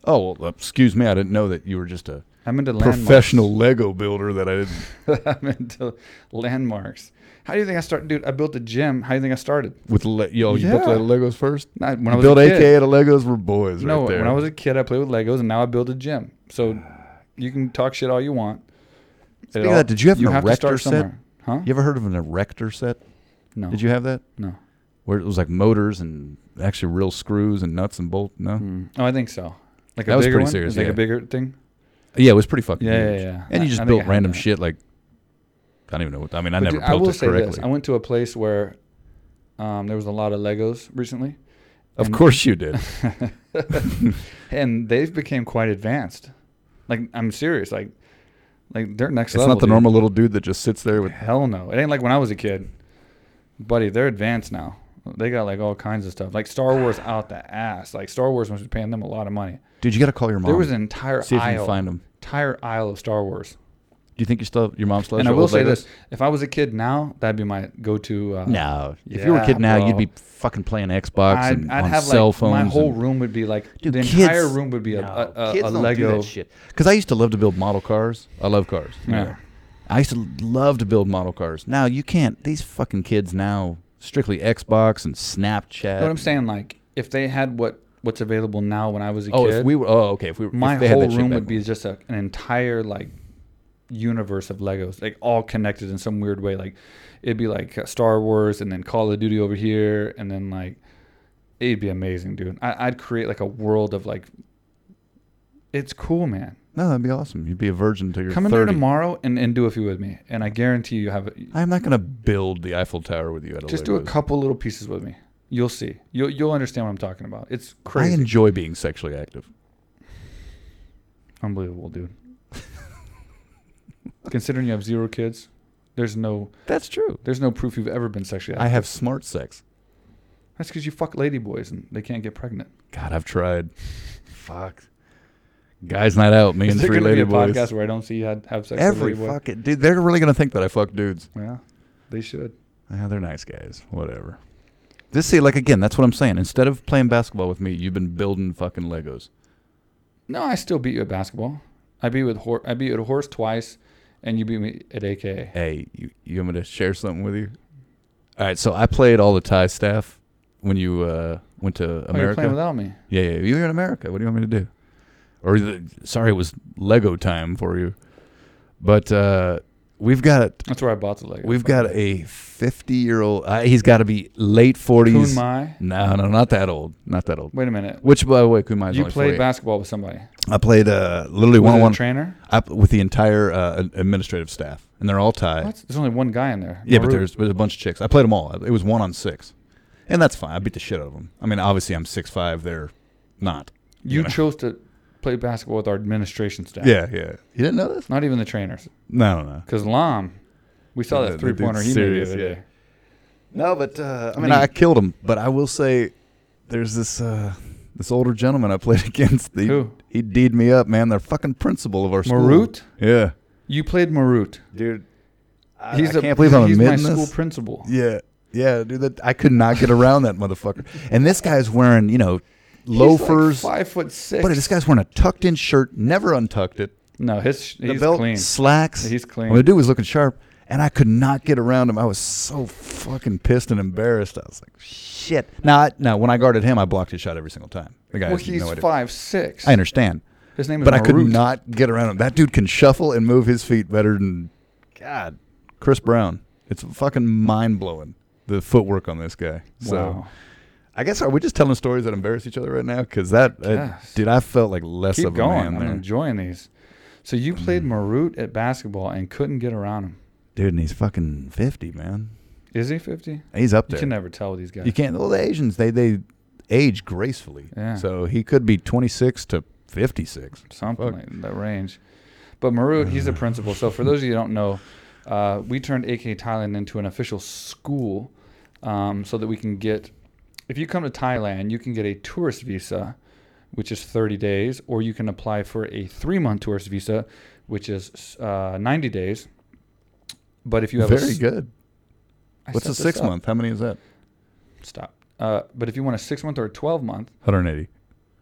B: Oh well, excuse me. I didn't know that you were just a
A: I'm into
B: professional Lego builder. That I didn't.
A: landmarks. [LAUGHS] I'm into landmarks. How do you think I started, dude? I built a gym. How do you think I started?
B: With le- yo, you built
A: Yeah.
B: the Legos first.
A: Not when I
B: You
A: was
B: built
A: a
B: AK
A: kid.
B: at a Legos were boys
A: no,
B: right there. Ah.
A: when I was a kid, I played with Legos, and now I build a gym. So you can talk shit all you want. It
B: Speaking
A: all-
B: of that, did you have an
A: to start
B: erector set?
A: somewhere, huh?
B: You ever heard of an erector set?
A: No.
B: Did you have that?
A: No.
B: Where it was like motors and actually real screws and nuts and bolt? No.
A: Hmm. Oh, I think so. Like
B: That
A: a
B: was
A: bigger
B: pretty
A: one?
B: serious,
A: Is it like
B: yeah.
A: a bigger thing.
B: Yeah, it was pretty fucking
A: Yeah,
B: huge.
A: yeah, yeah.
B: And
A: I-
B: you
A: I think
B: just
A: I
B: built
A: had
B: random
A: that.
B: shit like I don't even know what I mean. I
A: But
B: never
A: dude,
B: built
A: I will
B: it
A: say
B: correctly.
A: this: I went to a place where um, there was a lot of Legos recently, [LAUGHS]
B: of
A: and-
B: course
A: [LAUGHS]
B: you did.
A: and they've became quite advanced. Like I'm serious, like like they're next
B: it's
A: level.
B: not the
A: dude.
B: normal little dude that just sits there
A: [LAUGHS]
B: with.
A: Hell no, it ain't like when I was a kid, buddy. They're advanced now. They got like all kinds of stuff, like Star
B: [SIGHS]
A: Wars out the ass. Like Star Wars must be paying them a lot of money.
B: Dude, you got to call your mom.
A: There was an entire
B: see if you can
A: aisle,
B: find him.
A: entire aisle of Star Wars.
B: you think you still your mom still? has
A: and I
B: your
A: will
B: old
A: say
B: lady?
A: this: if I was a kid now, that'd be my go-to. Uh,
B: No, if you were a kid
A: Yeah,
B: now, you'd
A: bro.
B: be fucking playing Xbox
A: I'd,
B: and
A: I'd
B: on
A: have
B: cell
A: like
B: phones.
A: my whole
B: and-
A: room would be like
B: Dude,
A: the
B: kids-
A: entire room would be a,
B: No,
A: a, a,
B: kids
A: a
B: don't
A: Lego.
B: do that shit. Because I used to love to build model cars. I love cars. you
A: Yeah.
B: know. I used to love to build model cars. Now you can't. These fucking kids now strictly Xbox and Snapchat.
A: But I'm saying like if they had what what's available now when I was a
B: oh,
A: kid,
B: if we were. Oh, okay. If we were.
A: my
B: if they had
A: whole
B: that shit
A: room
B: back
A: would be just a, an entire like universe of Legos, like all connected in some weird way. Like it'd be like uh, Star Wars and then Call of Duty over here, and then like it'd be amazing, dude. I, I'd create like a world of like. It's cool, man.
B: No, that'd be awesome. You'd be a virgin to your
A: Come in there
B: 30.
A: tomorrow and, and do a few with me, and I guarantee you have.
B: I'm not gonna build the Eiffel Tower with you at a
A: Just do a
B: Legos.
A: couple little pieces with me. You'll see. You'll you'll understand what I'm talking about. It's
B: I
A: crazy,
B: enjoy being sexually active.
A: unbelievable, dude. [LAUGHS] Considering you have zero kids, there's no
B: That's true.
A: There's no proof you've ever been sexually
B: I
A: active.
B: have smart sex.
A: That's because you fuck lady boys and they can't get pregnant.
B: God, I've tried. Fuck. Guys, not out. Me
A: Is
B: and
A: there
B: three
A: gonna be
B: lady
A: a
B: boys.
A: podcast where I don't see you had, have sex
B: Every
A: with a lady boy?
B: fucking dude. They're really gonna think that I fuck dudes.
A: Yeah, they should.
B: Yeah, they're nice guys. Whatever. Just see, like again, that's what I'm saying. Instead of playing basketball with me, you've been building fucking Legos.
A: No, I still beat you at basketball. I beat with hor- I beat you at horse twice, and you beat me at AKA.
B: Hey, you, you want me to share something with you? All right, so I played all the Thai staff when you uh, went to
A: Oh, you're
B: America.
A: playing without me.
B: yeah, yeah, you were in America. What do you want me to do? Or the, sorry, it was Lego time for you. But uh, we've got
A: That's where I bought the Lego.
B: we've got a 50 year old. Uh, he's got to be late
A: Kun
B: 40s.
A: Mai.
B: No, no, not that old. Not that old.
A: Wait a minute.
B: Which, by the way, Kumai is
A: you
B: only
A: played
B: 48.
A: basketball with somebody.
B: I played uh, literally
A: Was
B: one on
A: it a
B: one
A: trainer?
B: with the entire uh, administrative staff, and they're all tied.
A: What? There's only one guy in there.
B: Yeah, but
A: Maru.
B: there's, there's a bunch of chicks. I played them all. It was one on six, and that's fine. I beat the shit out of them. I mean, obviously I'm six five. They're not.
A: you
B: know.
A: chose to play basketball with our administration staff.
B: Yeah, yeah. You didn't know this?
A: Not even the trainers,
B: No, no, no.
A: because Lam. We saw
B: Yeah,
A: that
B: the
A: three pointer
B: dude's
A: he
B: serious,
A: made the other
B: yeah.
A: day.
B: No, but uh, I
A: mean,
B: mean, I killed them. But I will say, there's this uh, this older gentleman I played [LAUGHS] against. He,
A: Who?
B: He deed me up, man. They're fucking principal of our school.
A: Marut?
B: Yeah,
A: You played Marut.
B: dude. I,
A: He's
B: I
A: a-
B: can't believe I'm
A: he's my
B: admitting
A: school
B: this.
A: principal.
B: Yeah, yeah, dude. That I could not get around that motherfucker. And this guy's wearing, you know,
A: He's
B: loafers.
A: like five foot six.
B: but this guy's wearing a tucked-in shirt, never untucked it.
A: no, his
B: The
A: he's
B: belt,
A: clean.
B: slacks.
A: He's clean.
B: I mean, the dude was looking sharp, and I could not get around him. I was so fucking pissed and embarrassed. I was like, shit. Now, I, now when I guarded him, I blocked his shot every single time. The guy
A: Well,
B: has
A: he's
B: no idea.
A: five six.
B: I understand,
A: His name is
B: but I could
A: Marut.
B: not get around him. That dude can shuffle and move his feet better than God, Chris Brown. It's fucking mind blowing the footwork on this guy. So.
A: Wow.
B: I guess are we just telling stories that embarrass each other right now? Because that, I,
A: Yes.
B: dude, I felt like less
A: Keep
B: of a
A: going.
B: man
A: I'm
B: there, Mm.
A: enjoying these. So you played Marut at basketball and couldn't get around him.
B: dude. And he's fucking fifty, man.
A: Is he fifty?
B: He's up
A: You
B: there.
A: can never tell with these guys.
B: You can't. Well, the Asians they they age gracefully,
A: Yeah.
B: so he could be twenty six to fifty six.
A: Something
B: Fuck.
A: like in that range. But Marut, he's
B: [SIGHS]
A: the principal. So for those of you who don't know, uh, we turned AK Thailand into an official school um, so that we can get, if you come to Thailand, you can get a tourist visa, which is 30 days, or you can apply for a three month tourist visa, which is uh, 90 days. But if you have a,
B: Very
A: s-
B: good.
A: I
B: What's
A: set
B: a
A: this
B: six
A: up.
B: month? How many is that?
A: Stop. Uh, but if you want a six month or a 12 month,
B: One hundred eighty.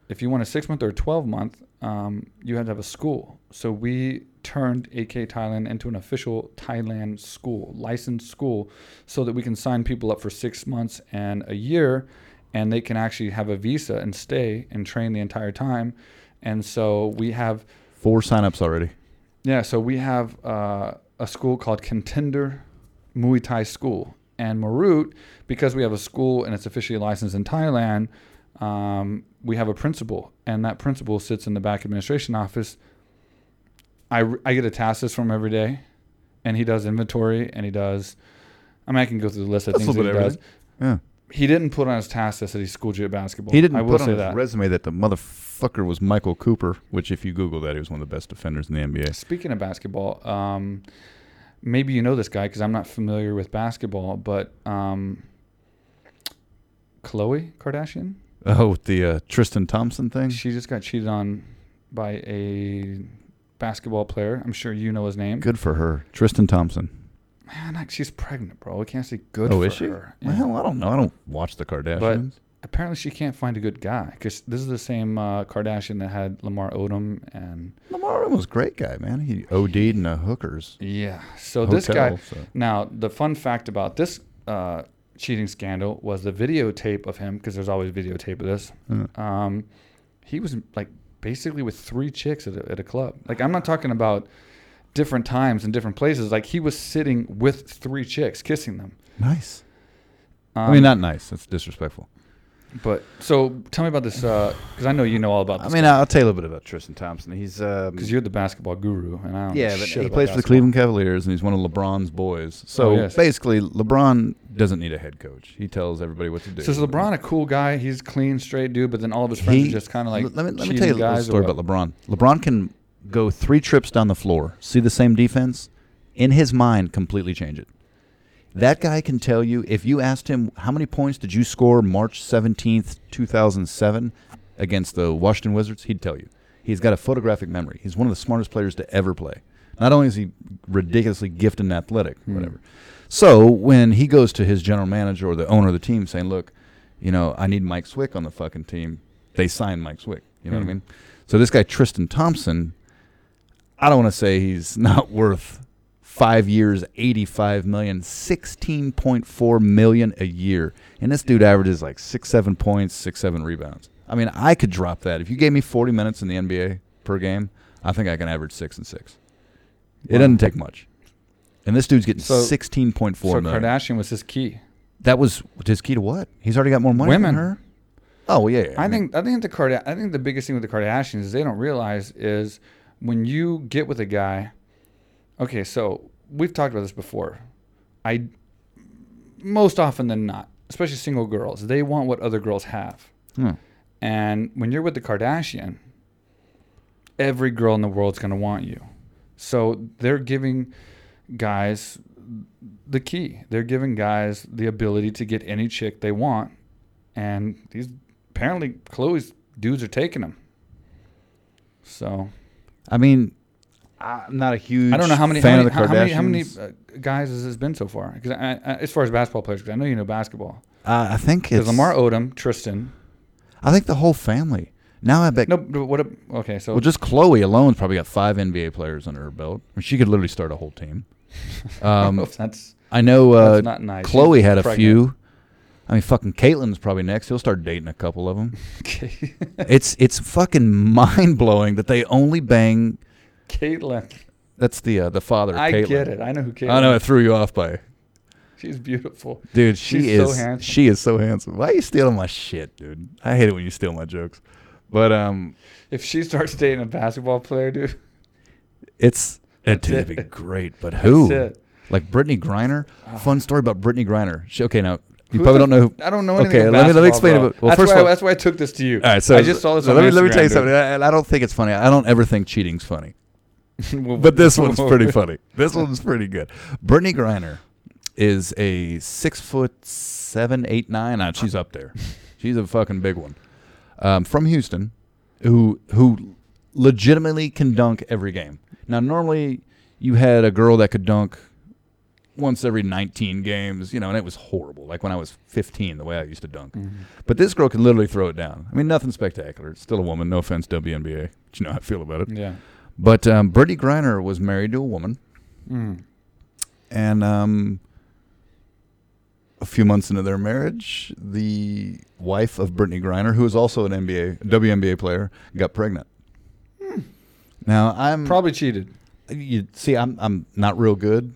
A: if you want a six month or a 12 month, um, you had to have a school. So we turned AK Thailand into an official Thailand school, licensed school, so that we can sign people up for six months and a year, and they can actually have a visa and stay and train the entire time. And so we have,
B: Four signups already.
A: yeah, so we have uh, a school called Contender Muay Thai School. And Marut, because we have a school and it's officially licensed in Thailand, um, we have a principal, and that principal sits in the back administration office. I, I get a task list from him every day, and he does inventory, and he does. I mean, I can go through the list of
B: That's a
A: things that
B: little
A: he
B: bit
A: does.
B: everything. Yeah.
A: He didn't put on his task list that he schooled you at basketball.
B: He didn't
A: I will
B: put on
A: say
B: his
A: that.
B: resume that the motherfucker was Michael Cooper, which if you Google that, he was one of the best defenders in the NBA.
A: Speaking of basketball, um, maybe you know this guy because I'm not familiar with basketball, but um, Khloe Kardashian,
B: Oh, with the uh, Tristan Thompson thing.
A: she just got cheated on by a basketball player. I'm sure you know his name.
B: Good for her, Tristan Thompson.
A: Man, like, she's pregnant, bro. We can't say good
B: Oh,
A: for
B: is she?
A: her. Yeah.
B: Well, I don't know. I don't watch the Kardashians.
A: Apparently, she can't find a good guy because this is the same uh, Kardashian that had Lamar Odom and
B: Lamar was a great guy, man. He OD'd in the hookers.
A: yeah. So
B: hotel,
A: this guy.
B: so-
A: Now, the fun fact about this uh, cheating scandal was the videotape of him because there's always videotape of this.
B: Yeah.
A: Um, he was like basically with three chicks at a, at a club. Like I'm not talking about different times and different places. Like he was sitting with three chicks, kissing them.
B: Nice.
A: Um,
B: I mean, not nice. That's disrespectful.
A: But so tell me about this because I know you know all about
B: I
A: this.
B: mean, I'll tell you a little bit about Tristan Thompson. He's um,
A: because you're the basketball guru, and I don't
B: yeah,
A: know
B: but
A: shit
B: he
A: about
B: plays for the
A: basketball.
B: Cleveland Cavaliers, and he's one of LeBron's boys. So
A: Oh, yes.
B: basically, LeBron doesn't need a head coach. He tells everybody what to do.
A: So is LeBron a cool guy? He's clean, straight dude, but then all of his friends
B: He-
A: are just kind of like
B: L- let me, let me
A: cheating
B: tell you a little
A: guys or
B: story
A: what?
B: about LeBron. LeBron can go three trips down the floor, see the same defense, in his mind, completely change it. That guy can tell you if you asked him how many points did you score March seventeenth, two thousand seven, against the Washington Wizards, he'd tell you. He's got a photographic memory. He's one of the smartest players to ever play. Not only is he ridiculously gifted and athletic,
A: Hmm.
B: whatever. So when he goes to his general manager or the owner of the team saying, "Look, you know, I need Mike Swick on the fucking team," they sign Mike Swick. You know what
A: Hmm.
B: I mean? So this guy Tristan Thompson, I don't want to say he's [LAUGHS] not worth five years, eighty-five million, sixteen point four million a year, and this dude averages like six, seven points, six, seven rebounds. I mean, I could drop that if you gave me forty minutes in the NBA per game. I think I can average six and six. It
A: Wow.
B: doesn't take much. And this dude's getting
A: So-
B: sixteen point
A: So
B: four million.
A: Kardashian was his key.
B: That was his key to what? He's already got more money
A: Women.
B: than her. Oh well, yeah. yeah.
A: I
B: mean,
A: think I think the Karda- I think the biggest thing with the Kardashians is they don't realize is when you get with a guy. Okay, so we've talked about this before. I most often than not, especially single girls, they want what other girls have.
B: hmm.
A: And when you're with the Kardashian, every girl in the world's going to want you. So they're giving guys the key. They're giving guys the ability to get any chick they want. And these apparently Chloe's dudes are taking them. So
B: I mean, I'm not a huge.
A: I don't know how many how
B: fan
A: many,
B: of the
A: how many, how many
B: Kardashians.
A: uh, guys has this been so far? Because I, I, as far as basketball players, because I know you know basketball.
B: Uh, I think
A: Because
B: it's
A: Lamar Odom, Tristan.
B: I think the whole family. Now I bet.
A: No, but what? A, okay, so
B: Well, just Chloe alone's probably got five NBA players under her belt. I mean, she could literally start a whole team.
A: [LAUGHS]
B: Um,
A: that's
B: I know
A: that's
B: uh,
A: not nice.
B: Chloe
A: She's
B: had a
A: pregnant.
B: few. I mean, fucking Caitlyn's probably next. He'll start dating a couple of
A: [LAUGHS]
B: them.
A: Ca-
B: it's it's fucking mind blowing that they only bang.
A: Caitlyn.
B: That's the uh, the father.
A: I
B: Caitlyn.
A: get it. I know who Caitlyn.
B: I know it threw you off by
A: She's beautiful.
B: Dude, she
A: She's so
B: is
A: handsome.
B: she is so handsome. Why are you stealing my shit, dude? I hate it when you steal my jokes. But um
A: If she starts dating a basketball player, dude,
B: it's it,
A: That's
B: would
A: it.
B: be great, but who?
A: that's it.
B: Like Brittany Griner?
A: Ah.
B: Fun story about Brittany Griner. She, okay, now
A: Who
B: you probably
A: the-
B: don't know who
A: I don't know anything.
B: Okay,
A: about
B: let me- let me
A: basketball,
B: explain it,
A: bro.
B: but- well,
A: that's
B: first of
A: why,
B: all-
A: that's why I took this to you.
B: all right, so
A: I just saw this.
B: so
A: on
B: let me, let me
A: Instagram,
B: tell you
A: dude.
B: something. I, I don't think it's funny. I don't ever think cheating's funny.
A: Well, [LAUGHS]
B: But this one's pretty funny. This one's pretty good. Brittany Griner is a six foot seven, eight, nine. Uh, she's up there. She's a fucking big one. Um, from Houston, who who legitimately can dunk every game. Now, normally you had a girl that could dunk once every 19 games, you know, and it was horrible. Like when I was 15, the way I used to dunk.
A: Mhm.
B: But this girl can literally throw it down. I mean, nothing spectacular. It's still a woman. No offense, WNBA. But you know how I feel about it.
A: Yeah.
B: But um, Brittany Griner was married to a woman,
A: Mm.
B: and um, a few months into their marriage, the wife of Brittany Griner, who is also an NBA WNBA player, got pregnant.
A: Hmm.
B: Now I'm
A: Probably cheated.
B: you see I'm I'm not real good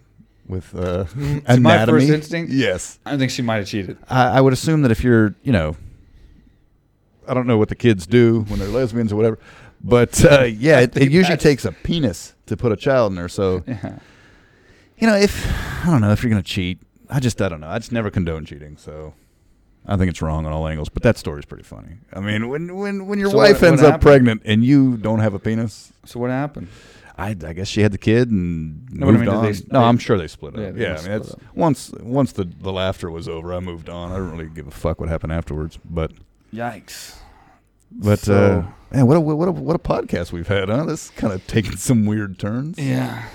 B: with uh,
A: [LAUGHS] It's
B: anatomy.
A: my first instinct.
B: Yes,
A: I think she might have cheated.
B: I, I would assume that if you're you know, I don't know what the kids do when they're lesbians or whatever, but
A: [LAUGHS]
B: uh, yeah, it, it usually
A: that's-
B: takes a penis to put a child in her. So
A: [LAUGHS] Yeah.
B: you know, if I don't know if you're gonna cheat, I just I don't know. I just never condone cheating, so I think it's wrong on all angles. But that story's pretty funny. I mean, when when when your
A: So
B: wife
A: what-
B: ends
A: what
B: up
A: happened?
B: pregnant and you don't have a penis,
A: So what happened?
B: I, I guess she had the kid and
A: No, but I
B: moved
A: mean, did
B: on.
A: they-
B: no,
A: they-
B: I'm sure they split up.
A: Yeah,
B: Yeah,
A: they
B: I
A: must
B: mean,
A: split
B: that's once once the the laughter was over, I moved on. I don't really give a fuck what happened afterwards, but
A: Yikes.
B: But
A: So-
B: uh, man, what a, what a, what a podcast we've had, huh? This kind of [LAUGHS] taking some weird turns.
A: Yeah.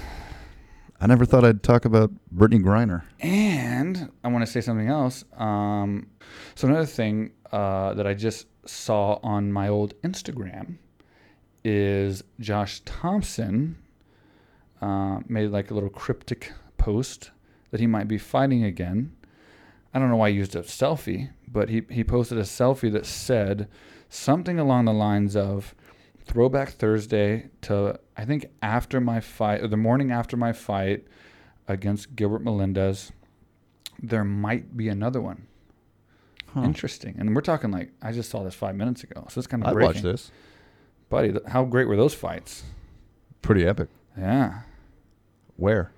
B: I never thought I'd talk about Brittany Griner.
A: And I want to say something else. Um, so another thing uh, that I just saw on my old Instagram is Josh Thompson uh, made like a little cryptic post that he might be fighting again. I don't know why he used a selfie, but he, he posted a selfie that said something along the lines of Throwback Thursday to, I think, after my fight, or the morning after my fight against Gilbert Melendez, there might be another one.
B: Huh.
A: Interesting. And we're talking like, I just saw this five minutes ago. So it's kind of
B: I'd
A: breaking.
B: watch this.
A: Buddy, th- how great were those fights?
B: Pretty epic.
A: Yeah.
B: Where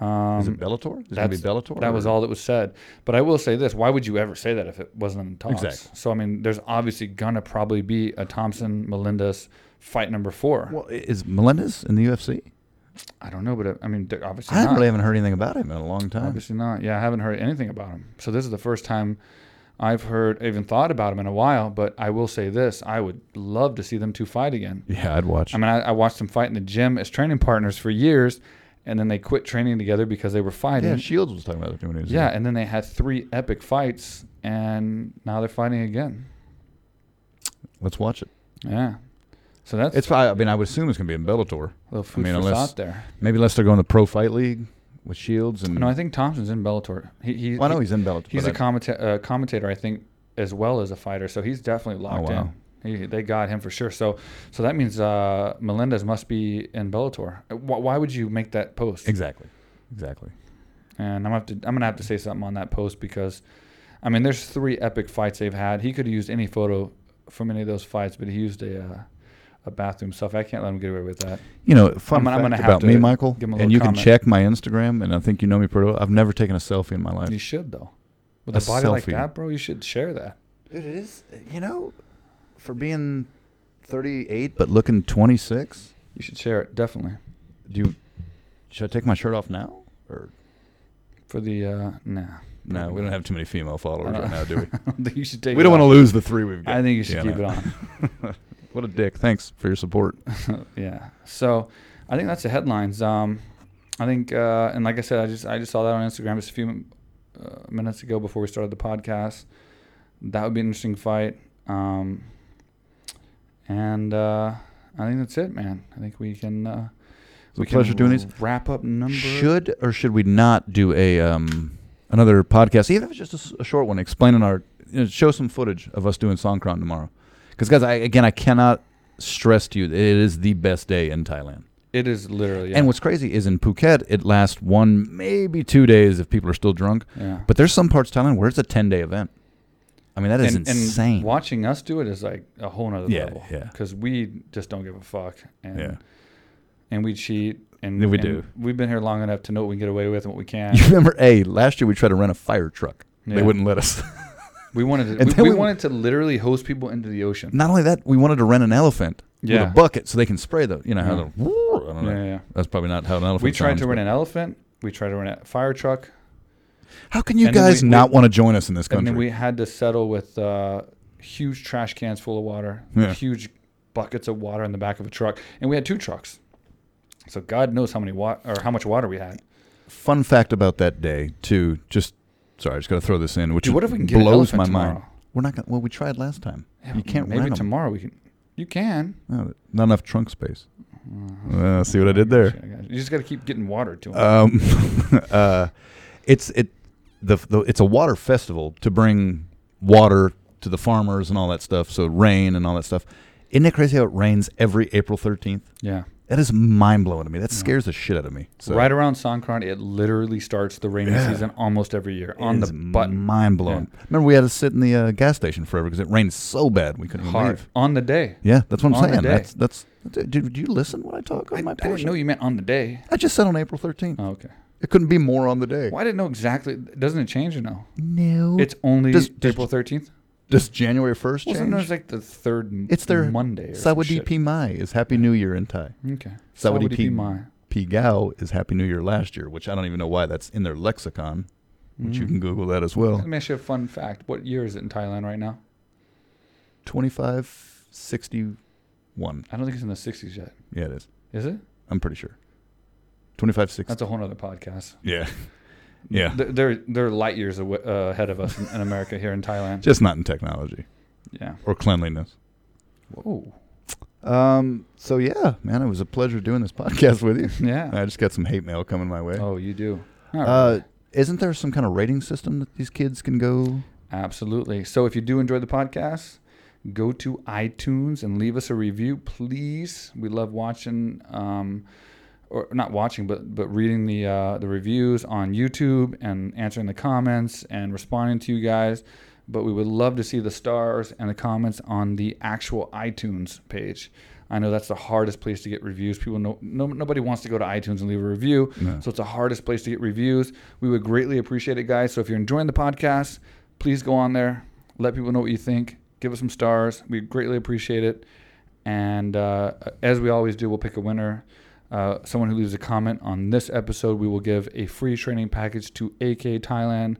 A: Um,
B: is it Bellator? Is it gonna be
A: that's-
B: Bellator?
A: That was
B: or-
A: all that was said. But I will say this: Why would you ever say that if it wasn't in talks?
B: Exactly.
A: So I mean, there's obviously gonna probably be a Thompson Melendez fight number four.
B: Well, i- is Melendez in the UFC?
A: I don't know, but uh, I- I mean, they're obviously
B: I
A: not.
B: really haven't heard anything about him in a long time.
A: obviously not. Yeah, I haven't heard anything about him. So this is the first time I've heard, even thought about him in a while. But I will say this: I would love to see them two fight again.
B: Yeah, I'd watch.
A: I mean, I, I watched them fight in the gym as training partners for years, and then they quit training together because they were fighting.
B: yeah, Shields was talking about it when he was
A: Yeah,
B: there.
A: and then they had three epic fights, and now they're fighting again.
B: Let's watch it.
A: Yeah, so that's
B: It's. I I mean, I would assume it's going to be in Bellator.
A: a little food
B: I mean,
A: for
B: unless-
A: thought there.
B: Maybe unless they're going to Pro Fight League with Shields and.
A: No, I think Thompson's in Bellator. He, he,
B: Well, I know
A: he-
B: he's in Bellator.
A: he's a
B: but I-
A: commenta- uh, commentator, I think, as well as a fighter. So he's definitely locked
B: Oh, wow.
A: in. He, they got him for sure. So, so that means uh, Melendez must be in Bellator. Uh, Why, why would you make that post?
B: exactly. Exactly.
A: And I'm have to I'm gonna have to say something on that post because, I mean, there's three epic fights they've had. He could have used any photo from any of those fights, but he used a uh, a bathroom selfie. I can't let him get away with that.
B: You know, fun
A: I'm- I'm
B: fact
A: gonna have
B: about
A: to
B: me, Michael,
A: give him a
B: and
A: little
B: you can
A: comment.
B: check my Instagram, and I think you know me pretty well. I've never taken a selfie in my life.
A: You should though. With
B: A
A: a, body like
B: selfie.
A: that, bro, you should share that.
B: Dude, it is. You know, for being 38 but looking 26,
A: You should share it definitely
B: do you should I take my shirt off now? Or
A: for the uh, nah.
B: no, we don't have too many female
A: I
B: followers
A: don't-
B: right now, do
A: [LAUGHS] I don't think you should
B: [LAUGHS] we?
A: take.
B: we don't want to lose the three we've got.
A: I think you should
B: Yeah,
A: keep
B: no.
A: it on.
B: [LAUGHS] What a dick! Thanks for your support.
A: [LAUGHS] yeah. So, I think that's the headlines. Um, I think, uh, and like I said, I just I just saw that on Instagram just a few uh, minutes ago before we started the podcast. That would be an interesting fight. Um, and uh, I think that's it, man. I think we can. Uh,
B: It's a pleasure doing these.
A: Wrap up number.
B: Should or should we not do a um, another podcast, even if it's just a s- a, short one, explaining our you know, show some footage of us doing Songkran tomorrow? Because guys, I, again, I cannot stress to you that it is the best day in Thailand.
A: It is literally. Yeah.
B: And what's crazy is in Phuket, it lasts one maybe two days if people are still drunk.
A: yeah.
B: But there's some parts of Thailand where it's a ten day event. I mean, that is
A: and,
B: insane.
A: And watching us do it is like a whole nother
B: Yeah,
A: level.
B: yeah.
A: Because we just don't give a fuck. And,
B: Yeah.
A: And we cheat. And
B: Yeah, we
A: and
B: do.
A: We've been here long enough to know what we can get away with and what we can't.
B: [LAUGHS] you [LAUGHS] remember? Hey, last year we tried to rent a fire truck.
A: Yeah.
B: They wouldn't let
A: [LAUGHS]
B: us. [LAUGHS]
A: We wanted to.
B: And
A: We,
B: then
A: we
B: we-
A: wanted to literally host people into the ocean.
B: Not only that, we wanted to rent an elephant with
A: Yeah.
B: a bucket so they can spray the. You know how
A: Yeah.
B: the. I don't know.
A: Yeah, yeah, yeah.
B: That's probably not how an elephant.
A: We tried
B: sounds,
A: to rent
B: but-
A: an elephant. We tried to rent a fire truck,
B: How can you
A: and then
B: guys
A: we-
B: not
A: we-
B: want to join us in this
A: and
B: country?
A: then we had to settle with uh, huge trash cans full of water,
B: Yeah.
A: huge buckets of water in the back of a truck, and we had two trucks. So God knows how many wa- or how much water we had.
B: Fun fact about that day too. Just sorry, I just got to throw this in, which
A: Dude, what if we can get an
B: blows
A: elephant
B: my mind.
A: tomorrow?
B: We're not gonna. Well, we tried last time. you can't
A: Maybe
B: rent 'em.
A: tomorrow we can. You can.
B: No, not enough trunk space. Uh, see what I did there.
A: You just got to keep getting water to them.
B: Um, [LAUGHS] uh, it's it the, the it's a water festival to bring water to the farmers and all that stuff. So rain and all that stuff. Isn't it crazy how it rains every April thirteenth?
A: yeah.
B: That is mind blowing to me. That scares the shit out of me. So
A: right around Songkran, it literally starts the rainy
B: Yeah.
A: season almost every year on the button.
B: mind blowing. Remember, we had to sit in the uh, gas station forever because it rained so bad we couldn't even
A: Hard.
B: leave.
A: On the day.
B: Yeah, that's what I'm
A: On the
B: saying.
A: day.
B: That's that's. Dude, did you listen when I talk on my
A: I didn't
B: portion?
A: know you meant on the day.
B: I just said on April 13th.
A: Oh, okay.
B: It couldn't be more on the day.
A: Well, I didn't know exactly. Doesn't it change or no?
B: No.
A: It's only
B: Does- does-
A: April 13th?
B: Does January 1st
A: Well,
B: change?
A: sometimes it's like the third m-
B: It's their
A: Monday. Or some
B: Sawadi
A: shit.
B: P Mai is Happy New Year in Thai.
A: Okay.
B: Sawadi
A: Sawadee
B: P-
A: Mai.
B: P Gao is Happy New Year last year, which I don't even know why that's in their lexicon, which you
A: Mhm.
B: can Google that as well.
A: Let me ask you a fun fact. What year is it in Thailand right now?
B: 25 61.
A: I don't think it's in the 60s yet.
B: Yeah, it is.
A: Is it?
B: I'm pretty sure. 25, 60.
A: That's a whole nother podcast.
B: [LAUGHS] yeah. Yeah.
A: They're, they're, they're light years awa- uh, ahead of us in, in America here in Thailand.
B: Just not in technology
A: yeah.
B: or cleanliness.
A: Whoa.
B: Um. So, yeah, man, it was a pleasure doing this podcast with you.
A: Yeah.
B: I just got some hate mail coming my way.
A: Oh, you do. All right.
B: Uh, isn't there some kind of rating system that these kids can go?
A: Absolutely. So if you do enjoy the podcast, go to iTunes and leave us a review, please. We love watching, um, or not watching, but but reading the uh, the reviews on YouTube and answering the comments and responding to you guys. But we would love to see the stars and the comments on the actual iTunes page. I know that's the hardest place to get reviews. People know no, nobody wants to go to iTunes and leave a review,
B: No.
A: so it's the hardest place to get reviews. We would greatly appreciate it, guys. So if you're enjoying the podcast, please go on there, let people know what you think, give us some stars. We greatly appreciate it. And uh, as we always do, we'll pick a winner. Uh, someone who leaves a comment on this episode, we will give a free training package to AK Thailand,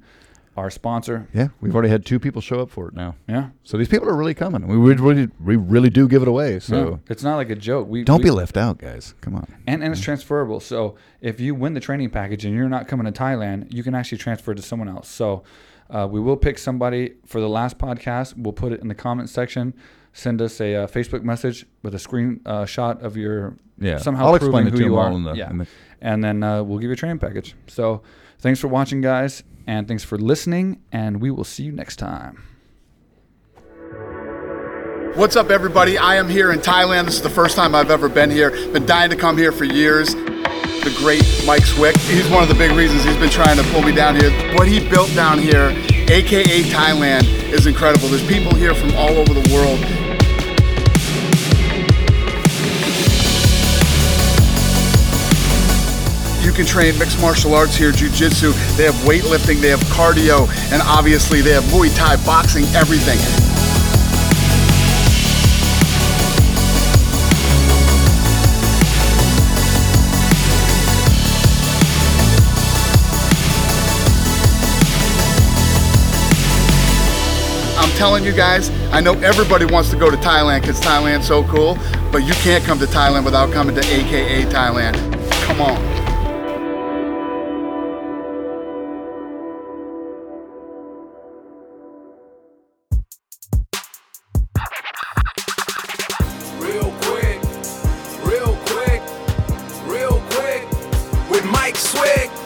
A: our sponsor.
B: Yeah, we've already had two people show up for it now.
A: Yeah.
B: So these people are really coming. We would really, we really do give it away. So
A: Yeah. it's not like a joke. We
B: don't
A: we-
B: be left out, guys. Come on.
A: and, and it's transferable. So if you win the training package and you're not coming to Thailand, you can actually transfer it to someone else. So uh, we will pick somebody for the last podcast. We'll put it in the comments section. Send us a uh, Facebook message with a screenshot uh, shot of your
B: Yeah,
A: somehow
B: I'll
A: proving
B: explain it
A: who
B: to
A: you
B: them
A: are.
B: all in the-
A: yeah.
B: in the-
A: and then uh, we'll give you a training package. So thanks for watching, guys, and thanks for listening. And we will see you next time.
C: What's up, everybody? I am here in Thailand. This is the first time I've ever been here. Been dying to come here for years. The great Mike Swick. He's one of the big reasons he's been trying to pull me down here. What he built down here, aka Thailand, is incredible. There's people here from all over the world. You can train mixed martial arts here, jujitsu. They have weightlifting, they have cardio, and obviously they have Muay Thai, boxing, everything. I'm telling you guys, I know everybody wants to go to Thailand because Thailand's so cool, but you can't come to Thailand without coming to AKA Thailand. Come on.
D: Real quick, real quick, real quick, with Mike Swick.